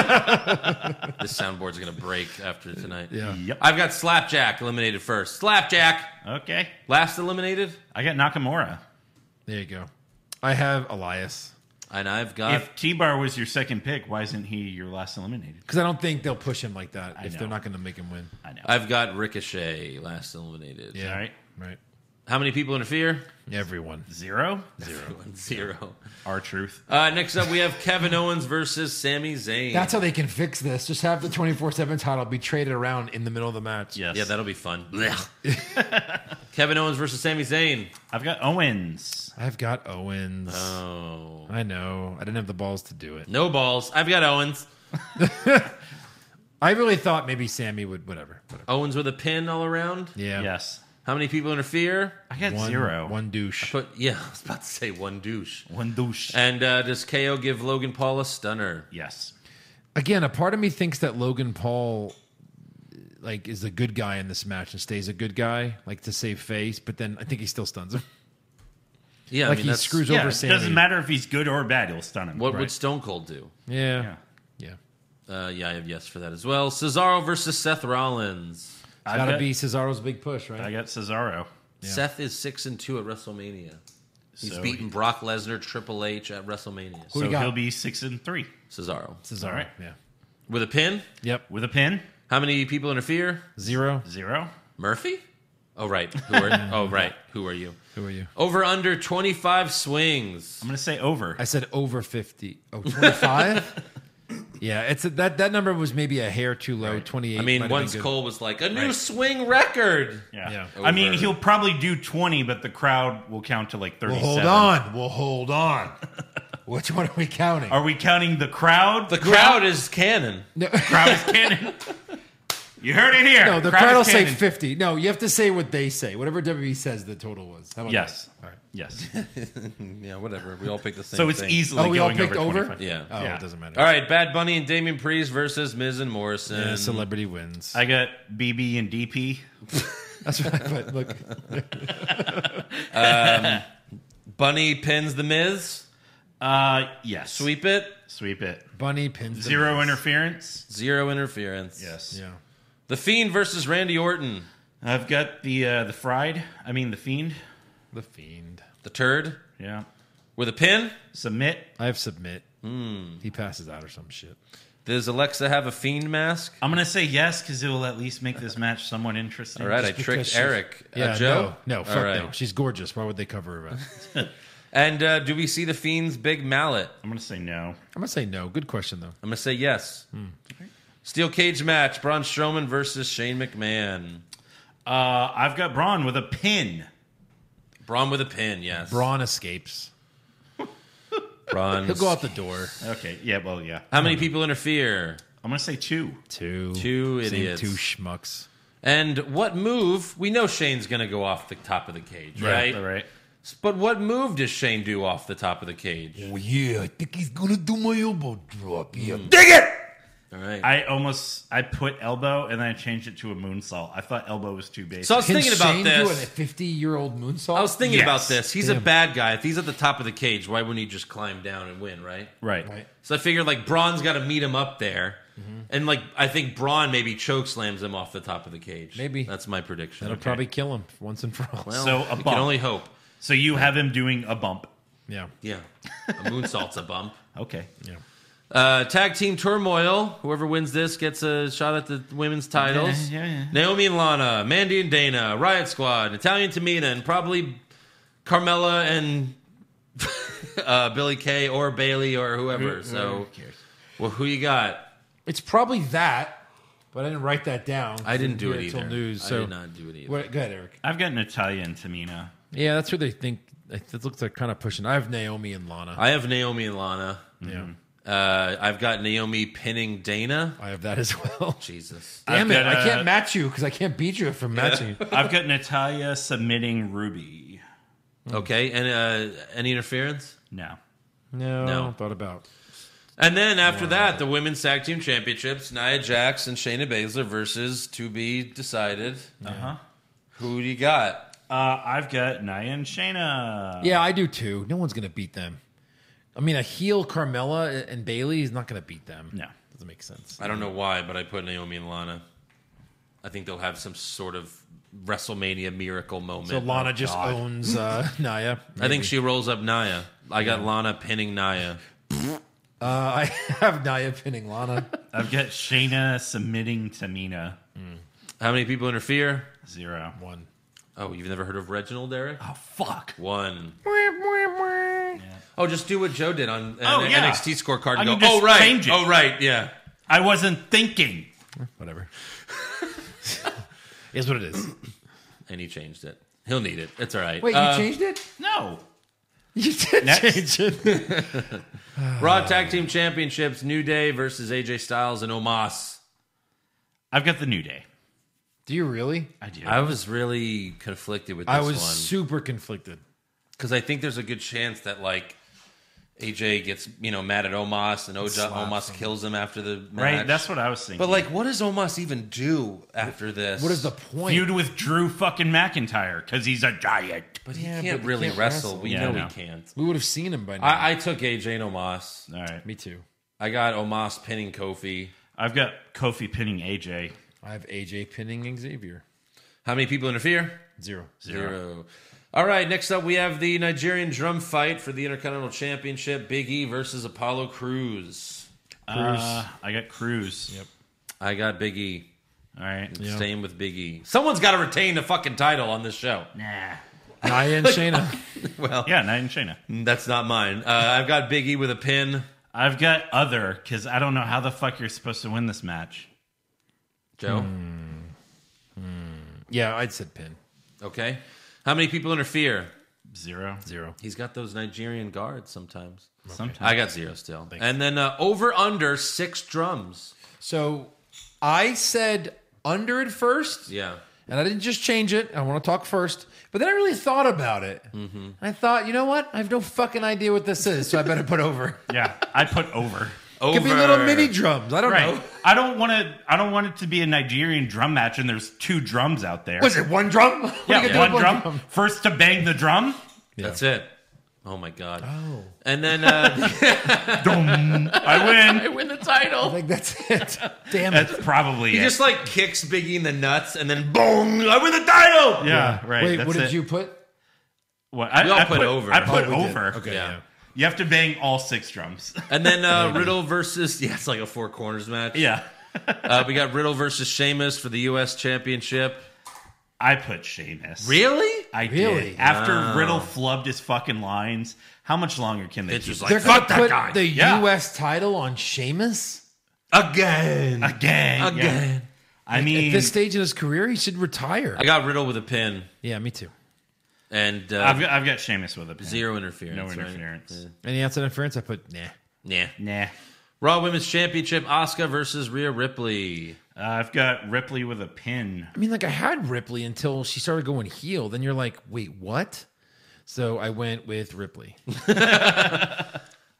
This soundboard's gonna break after tonight. Yeah. Yep. I've got Slapjack eliminated first. Slapjack, okay. last eliminated, I got Nakamura. There you go. I have Elias and I've got If T Bar was your second pick, why isn't he your last eliminated? because I don't think they'll push him like that if know. they're not going to make him win. I know. I've got Ricochet, last eliminated. Yeah. All right. Right. How many people interfere? Everyone. Zero? Everyone, Zero. Our truth. Uh, next up, we have Kevin Owens versus Sami Zayn. That's how they can fix this. Just have the 24 7 title be traded around in the middle of the match. Yes. yeah, that'll be fun. Blech. Kevin Owens versus Sami Zayn. I've got Owens. I've got Owens. Oh, I know. I didn't have the balls to do it. no balls. I've got Owens. I really thought maybe Sammy would, whatever. whatever. Owens with a pin all around. Yeah. Yes. How many people interfere? I got One, zero. One douche. But yeah, I was about to say one douche. One douche. And uh, does KO give Logan Paul a stunner? yes. Again, a part of me thinks that Logan Paul like is a good guy in this match and stays a good guy, like to save face, but then I think he still stuns him. Yeah, like I mean he that's screws Yeah, over it Sammy. doesn't matter if he's good or bad, he'll stun him. what would Right. Stone Cold do? Yeah. Yeah. Yeah. Uh, yeah, I have yes for that as well. Cesaro versus Seth Rollins. I've Gotta got- be Cesaro's big push, right? I got Cesaro. Seth is six and two at WrestleMania. He's So beaten Brock Lesnar, Triple H at WrestleMania. Who So you got? he'll be six and three. Cesaro Cesaro. Alright. Yeah. with a pin. Yep. With a pin? How many people interfere? Zero. Zero. Murphy. Oh right. Who are, oh right. Who are you? Who are you? Over under twenty five swings. I'm gonna say over. I said over 50. Oh, 25? yeah, it's a, that that number was maybe a hair too low. 28. I mean, might have once been good. Cole was like a new swing record. yeah. Yeah. I mean, Over. he'll probably do 20, but the crowd will count to like 37. hold on. Well, hold on. Which one are we counting? Are we counting the crowd? The crowd is canon. crowd is canon. You heard it here. no, the crowd is will say canon. 50. No, you have to say what they say. Whatever WWE says the total was. How about Yes. that? All right. Yes. Yeah, whatever. We all picked the same. So it's thing. easily Oh, we all going picked over? over. 25. Yeah. Oh, Yeah. it doesn't matter. All right, Bad Bunny and Damian Priest versus Miz and Morrison. Yeah, celebrity wins. I got BB and DP. That's what I put. Look, Bunny pins the Miz. Uh, yes. Sweep it. Sweep it. Bunny pins the Zero Miz. interference. Zero interference. Yes. Yeah. The Fiend versus Randy Orton. I've got the uh, the fried. I mean the fiend. The Fiend. The turd Yeah. with a pin. Submit. I have submit. He passes out or some shit. Does Alexa have a Fiend mask? I'm gonna say yes because it will at least make this match somewhat interesting. All right, I Because tricked she's- Eric. Uh, Yeah, Joe? no, no, All fuck no. right. She's gorgeous. Why would they cover her up? And uh, do we see the Fiend's big mallet? I'm gonna say no. I'm gonna say no. Good question though. I'm going to say yes. Hmm. Steel cage match Braun Strowman versus Shane McMahon. Uh, I've got Braun with a pin. Braun with a pin, yes. Braun escapes. Braun. He'll go out the door. Okay. Yeah. Well. Yeah. How many people interfere? I'm gonna say two. Two, Two same idiots. two schmucks. And what move? We know Shane's going to go off the top of the cage, right? All right. But what move does Shane do off the top of the cage? Oh, yeah. I think he's going to do my elbow drop. Yeah. Hmm. All right. I almost I put elbow and then I changed it to a moonsault. I thought elbow was too basic. so I was thinking about Shane this. fifty-year-old moonsault. I was thinking Yes. about this. He's a Damn. bad guy. If he's at the top of the cage, why wouldn't he just climb down and win, right? right. Right. So I figured like Braun's got to meet him up there. Mm-hmm. And like I think Braun maybe choke slams him off the top of the cage. Maybe. That's my prediction. That'll probably kill him once and for all. Well, So, a you can bump. only hope. So you have him doing a bump. yeah, Yeah. A moonsault's a bump. Okay. Uh, tag team turmoil. Whoever wins this gets a shot at the women's titles. Yeah, yeah, yeah. Naomi and Lana, Mandy and Dana, Riot Squad, Italian Tamina, and probably Carmella and uh, Billy Kay or Bailey or whoever. So, well, who you got? it's probably that. But I didn't write that down. I didn't do it Yeah, it's all either. News. I So did not do it either. What, go ahead, Eric. I've got Natalia and Tamina. Yeah, that's where they think. It looks like kind of pushing. I have Naomi and Lana. I have Naomi and Lana. yeah, Uh, I've got Naomi pinning Dana. I have that as well. Jesus. Damn I've it! got, I uh, can't match you because I can't beat you from matching. you. I've got Natalia submitting Ruby. Mm. Okay. And uh, any interference? No. No, No. thought about. And then after that, the women's tag team championships: Nia Jax and Shayna Baszler versus to be decided. Uh-huh. Who do you got? Uh, I've got Nia and Shayna. Yeah, I do too. No one's gonna beat them. I mean, a heel Carmella and Bailey is not gonna beat them. No. doesn't make sense. I don't know why, but I put Naomi and Lana. I think they'll have some sort of WrestleMania miracle moment. So Lana just owns uh, Naya. I think she rolls up Naya. I got Lana pinning Naya. Uh, I have Naya pinning Lana. I've got Shayna submitting Tamina. How many people interfere? Zero. One. Oh, you've never heard of Reginald, Eric? Oh, fuck. One. Oh, just do what Joe did on uh, Oh, an yeah. NXT scorecard I and go, can just oh, right. change it." Oh, right. Yeah. I wasn't thinking. Whatever. is what it is. And he changed it. He'll need it. It's all right. Wait, you Uh, changed it? No. You did Next. change it. Raw Tag Team Championships New Day versus AJ Styles and Omos. I've got the New Day. Do you really? I do. I was really conflicted with this I was one super conflicted. because I think there's a good chance that, like, AJ gets, you know, mad at Omos and Oja Omos kills him after the match. right? That's what I was thinking. But, like, what does Omos even do after this? What is the point? Feud with Drew fucking McIntyre because he's a giant. But he Yeah, can't but he really can't wrestle. wrestle. We Yeah, know no. he can't. we would have seen him by now. I, I took AJ and Omos. All right. Me too. I got Omos pinning Kofi. I've got Kofi pinning AJ. I have AJ pinning Xavier. How many people interfere? Zero. Zero. All right, next up we have the Nigerian drum fight for the Intercontinental Championship Big E versus Apollo Cruz. Uh, I got Cruz. Yep. I got Big E. All right. Staying with Big E. Someone's got to retain the fucking title on this show. Nah. Naya and Shayna. Well, Yeah, Knight and Shayna. that's not mine. Uh, I've got Big E with a pin. I've got other because I don't know how the fuck you're supposed to win this match. Joe? Yeah, I'd said pin. Okay. How many people interfere? Zero. Zero. He's got those Nigerian guards sometimes. Sometimes. I got zero still. And then uh, over under six drums. So I said under at first. Yeah. And I didn't just change it. I want to talk first. But then I really thought about it. And I thought, you know what? I have no fucking idea what this is, so I better put over. yeah, I put over. Over. Could be little mini drums. I don't Right. know. I don't want to. I don't want it to be a Nigerian drum match and there's two drums out there. Was it one drum? What are you yeah, gonna one do with drum. First to bang the drum. That's it. Oh my god. Oh. And then uh, Dum. I win. win the title. Like that's it. Damn it. That's probably He it. just like kicks Biggie in the nuts and then boom, I win the title. yeah, right. Wait, that's what did it. you put? What, I, We all I put over. I put Oh, we did. over. Okay. Yeah. Yeah. You have to bang all six drums. And then uh, Riddle versus yeah, it's like a four corners match. yeah. Uh, we got Riddle versus Sheamus for the U.S. Championship. I put Sheamus. Really? I Really? did. After Riddle flubbed his fucking lines, how much longer can they It's keep just it? like They're fuck gonna that put guy the Yeah. US title on Sheamus? again. again? yeah. Again. I mean, At this stage in his career, he should retire. I got Riddle with a pin yeah, me too. and uh, I've got, I've got Sheamus with a pin. zero interference. No right? interference. Any outside interference? I put nah. Yeah. Nah. Raw Women's Championship, Asuka versus Rhea Ripley. Uh, I've got Ripley with a pin. I mean, like I had Ripley until she started going heel. Then you're like, wait, what? So I went with Ripley.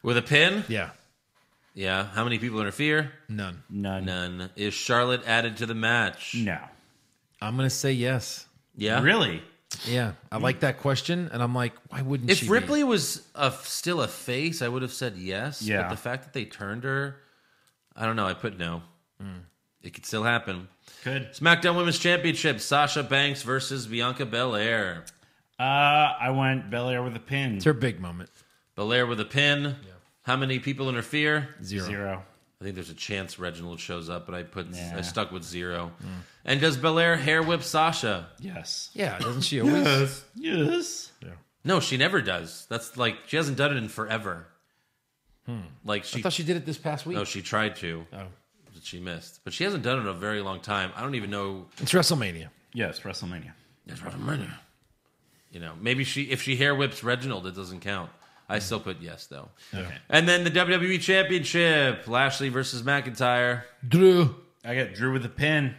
With a pin? Yeah, Yeah. How many people interfere? none. None. None. Is Charlotte added to the match? No. I'm gonna say yes. Yeah. Really? Yeah, I like that question, and I'm like, why wouldn't she? If be? Ripley was a, still a face, I would have said yes. But Yeah. the fact that they turned her, I don't know. I put no. Mm. It could still happen. Good. SmackDown Women's Championship, Sasha Banks versus Bianca Belair. Uh, I went Belair with a pin. it's her big moment. Belair with a pin. How many people interfere? Zero. Zero. I think there's a chance Reginald shows up, but I put I Nah. stuck with zero. And does Belair hair whip Sasha? Yes. Yeah, doesn't she always? Yes. No, she never does. That's like she hasn't done it in forever. Like she I thought she did it this past week. No, she tried to. Oh. But she missed. But she hasn't done it in a very long time. I don't even know. It's WrestleMania. Yes, WrestleMania. That's what I'm running. You know, maybe she if she hair whips Reginald, it doesn't count. I still put yes though. And then the WWE Championship: Lashley versus McIntyre. Drew. I got Drew with a pin.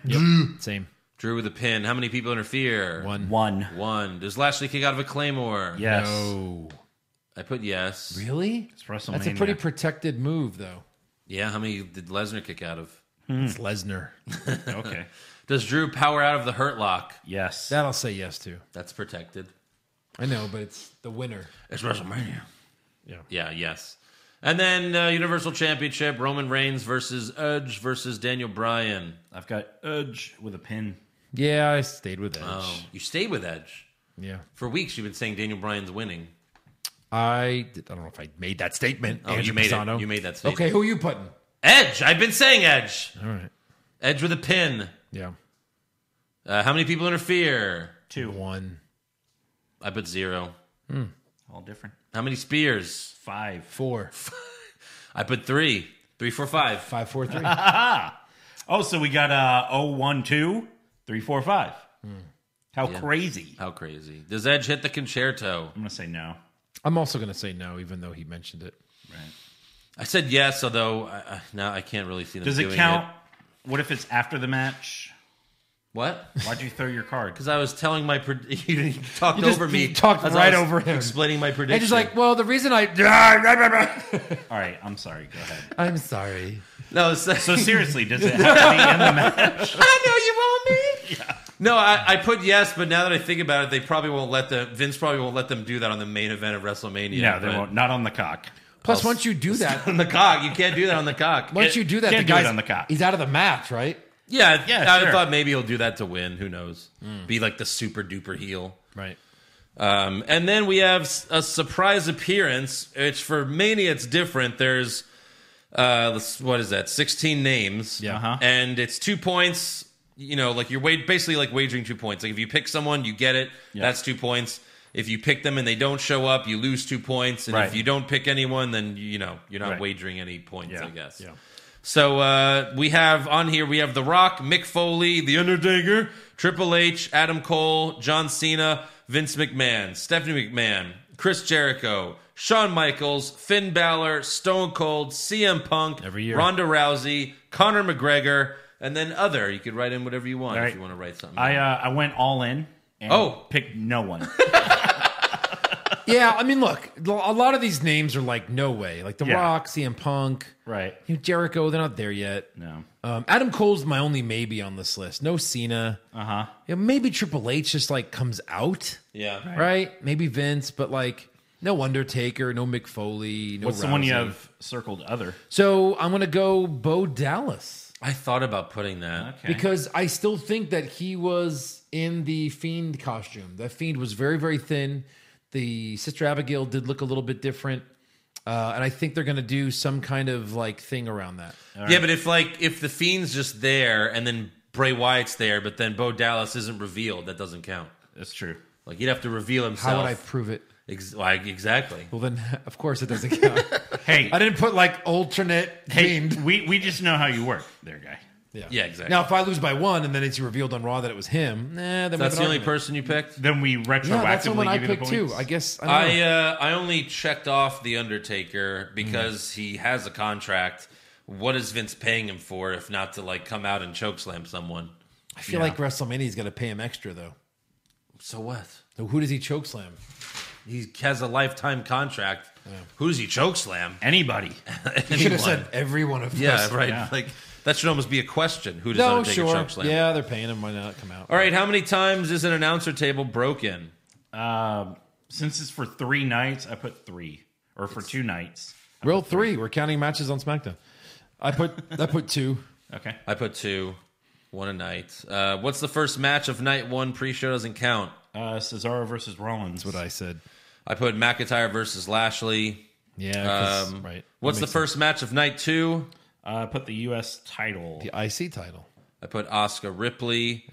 Same. Drew with a pin. How many people interfere? One. One. One. Does Lashley kick out of a claymore? Yes. Oh. I put yes. Really? It's WrestleMania. That's a pretty protected move, though. Yeah. How many did Lesnar kick out of? It's Lesnar. okay. Does Drew power out of the Hurt Lock? Yes. That I'll say yes to. That's protected. I know, but it's the winner. It's WrestleMania. Yeah. Yeah. Yes. And then uh, Universal Championship: Roman Reigns versus Edge versus Daniel Bryan. I've got Edge with a pin. Yeah, I stayed with Edge. Oh, you stayed with Edge Yeah. for weeks. You've been saying Daniel Bryan's winning. I, did, I don't know if I made that statement. Oh, you Andrew made Pisano. it. You made that statement. Okay, who are you putting? Edge. I've been saying Edge. All right. Edge with a pin. Yeah. Uh, how many people interfere? Two. One. I put zero. All different. How many spears? Five. Four. I put three. Three, four, five. Five, four, three. Oh, so we got uh oh one two three four five. How crazy! I'm How crazy. Does Edge hit the concerto? gonna say no. I'm also going to say no, even though he mentioned it. I said yes, although I, I, now I can't really see them Does doing it count? What if it's after the match? What? Why'd you throw your card? Because I was telling my pred- you didn't- you talked You just- over me. you talked as I right was over him. Explaining my prediction. And just like, well, the reason I. All right, I'm sorry. Go ahead. I'm sorry. no. So, So seriously, does it have to be in the match? I know you want me. No, I, I put yes, but now that I think about it, they probably won't let the Vince probably won't let them do that on the main event of WrestleMania. No, they but- won't. Not on the cock. Plus, once you do that, on the cock. You can't do that on the cock. once you do that, can't the do it guy's on the cock. He's out of the match, right? Yeah, Yeah, I sure. Mm. thought maybe he'll do that to win. Who knows? Be like the super duper heel. Right. Um, and then we have s- a surprise appearance. It's for Mania. It's different. There's uh, let's- what is that? Sixteen names. Yeah. Uh-huh. And it's two points. You know, like you're wait- basically like wagering two points. Like if you pick someone, you get it. That's two points. If you pick them and they don't show up, you lose two points. And Right. if you don't pick anyone, then you know you're not Right. wagering any points. Yeah. I guess. Yeah. So uh, we have on here we have The Rock, Mick Foley, The Undertaker, Triple H, Adam Cole, John Cena, Vince McMahon, Stephanie McMahon, Chris Jericho, Shawn Michaels, Finn Balor, Stone Cold, CM Punk, Every year. Ronda Rousey, Conor McGregor, and then other. You could write in whatever you want All if right. you want to write something. I uh, I went all in. And Oh. picked no one. Yeah, I mean, look, a lot of these names are like no way. Like The Yeah. Rock, CM Punk, right? you know, Jericho. They're not there yet. No. Um, Adam Cole's my only maybe on this list. No Cena. Uh Uh-huh. huh. maybe Triple H just like comes out, yeah. right? Maybe Vince, but like no Undertaker, no Mick Foley. No What's the one you Rousey. have circled? Other. So I'm gonna go Bo Dallas. I thought about putting that. Okay. because I still think that he was in the fiend costume. The fiend was very, very thin. The sister Abigail did look a little bit different, uh, and I think they're going to do some kind of like thing around that. Yeah, but if like if the fiend's just there and then Bray Wyatt's there, but then Bo Dallas isn't revealed, that doesn't count. That's true. Like he'd have to reveal How himself. would I prove it? Ex- like exactly. Well, then of course it doesn't count. Hey, I didn't put like alternate hey, fiend. we we just know how you work, there, guy. Yeah, exactly. Now, if I lose by one and then it's revealed on Raw that it was him, nah, then we have That's an the only argument. person you picked. Then we Yeah, that's the retroactively one I give you the picked points. too. I guess I, don't I know. uh, I only checked off the Undertaker because he has a contract. What is Vince paying him for if not to like come out and chokeslam someone? I feel like WrestleMania's going to pay him extra though. So what? So who does he choke slam? He has a lifetime contract. Who does he chokeslam? Anybody? He should have said every one of us. yeah, right. Yeah. Like that should almost be a question. Who does No, Undertaker sure. chokeslam? Yeah, they're paying him. Why not come out? All right. How many times is an announcer table broken? Um, since it's for three nights, I put three, or for two nights. Real three. We're counting matches on SmackDown. I put I put two. Okay. I put two, one a night. Uh, what's the first match of night one? Pre-show doesn't count. Uh, Cesaro versus Rollins. What I said. I put McIntyre versus Lashley. Yeah. 'cause- Um, right. What's the That makes first match of night two? Uh, put the U.S. title. sense. The IC title. I put Oscar Ripley.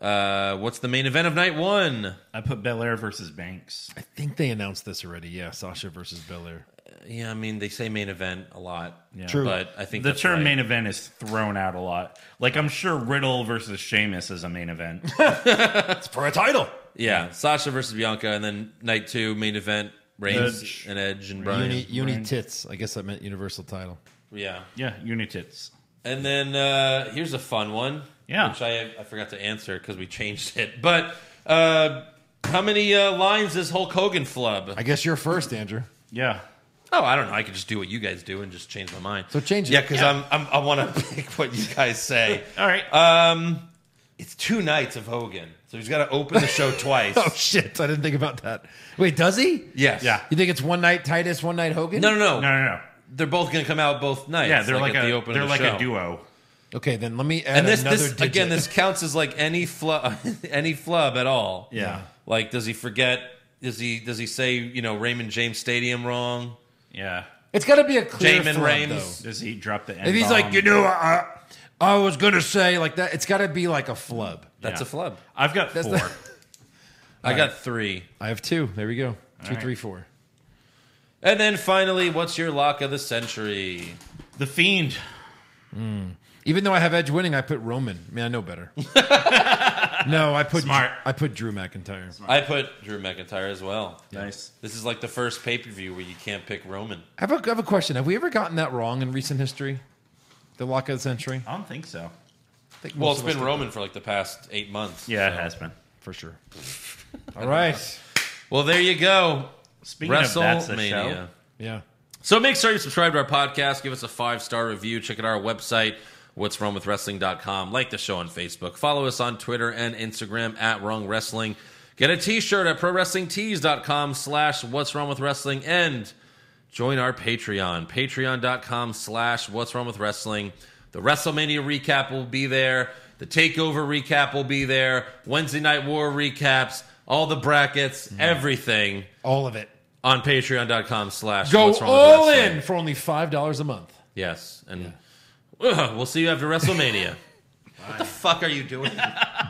Uh, what's the main event of night one? I put Belair versus Banks. I think they announced this already. Yeah, Sasha versus Belair. Yeah, I mean they say main event a lot. Yeah. True. but I think The that's term right. main event is thrown out a lot. Like I'm sure Riddle versus Sheamus is a main event. It's for a title. Yeah, Sasha versus Bianca, and then night two main event Reigns Edge. and Edge and Bryan. Uni, uni tits. I guess that meant universal title. Yeah. Yeah, unitits. And then uh, here's a fun one. Yeah. Which I, I forgot to answer because we changed it. But uh, how many uh, lines does Hulk Hogan flub? I guess you're first, Andrew. Yeah. Oh, I don't know. I could just do what you guys do and just change my mind. So change it. Yeah, because I'm, I'm I want to pick what you guys say. All right. Um, it's two nights of Hogan, so he's got to open the show twice. Oh shit! I didn't think about that. Wait, does he? Yes. Yeah. You think it's one night Titus, one night Hogan? No, no, no. no, no, no. They're both going to come out both nights. Yeah, they're like, at a the open. they're of the like show. a duo. Okay, then let me add And this, another this digit. again, this counts as like any flub, any flub at all. Yeah. Like, does he forget? Does he does he say you know Raymond James Stadium wrong? Yeah. it's got to be a clear Jamin flub, Rames. Does he drop the? though. If he's like, N-bomb? you know, I, I was gonna say like that. It's got to be like a flub. That's Yeah. a flub. I've got That's four. the- I got three. I have two. There we go. Two, right. three, four. And then finally, what's your lock of the century? the fiend. Even though I have Edge winning, I put Roman. I mean, I know better. no, I put Smart. I put Drew McIntyre. I put Drew McIntyre as well. Nice. This is like the first pay per view where you can't pick Roman. I have, a, I have a question. Have we ever gotten that wrong in recent history? The lock of the century. I don't think so. I think Well, most it's of us been did, Roman for like the past eight months. Yeah, it has been. for sure. All right. Well, there you go. Speaking of that's the show. WrestleMania. Yeah. So make sure you subscribe to our podcast, give us a five star review, check out our website, what's wrong with wrestling.com, like the show on Facebook, follow us on Twitter and Instagram at Wrong Wrestling. Get a t shirt at prowrestlingtees.com slash what's wrong with wrestling and join our Patreon, patreon.com slash what's wrong with wrestling. The WrestleMania recap will be there, the takeover recap will be there, Wednesday night war recaps, all the brackets, Mm-hmm. everything All of it. on patreon.com slash Go what's wrong with all wrestling. in for only five dollars a month. Yes, and Ugh, we'll see you after WrestleMania. what the fuck are you doing?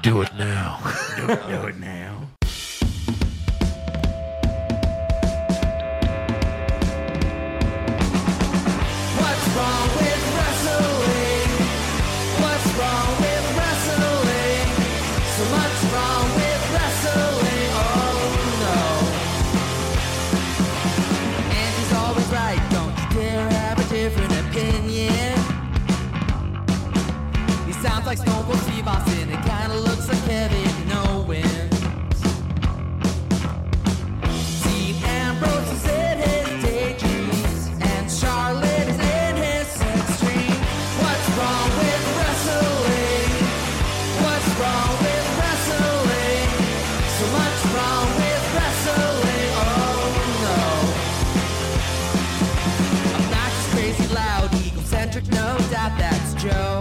Do it now. Do it now. What's wrong with wrestling? What's wrong with wrestling? So much wrong with wrestling. Oh no. And he's always right. Don't you dare have a different opinion. He sounds like Stone Cold Steve Austin. It kinda looks like Kevin Owens. Dean Ambrose is in his daydreams, and Charlotte is in his sex dream. What's wrong with wrestling? What's wrong with wrestling? So much wrong with wrestling. Oh no. Obnoxious, crazy, loud, egocentric, no doubt that's Joe.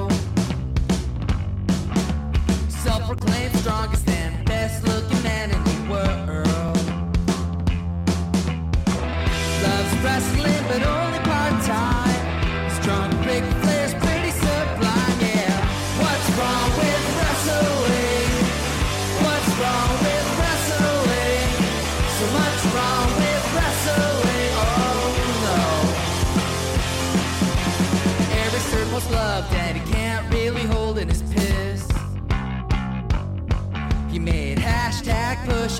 Self-proclaimed strongest and best-looking man in the world. Loves wrestling, but only part-time. Strong, big players, pretty sublime, yeah. What's wrong with wrestling? What's wrong with wrestling? So much wrong with wrestling. Oh no. Every circle's love that he can't really hold in his piss. He made hashtag push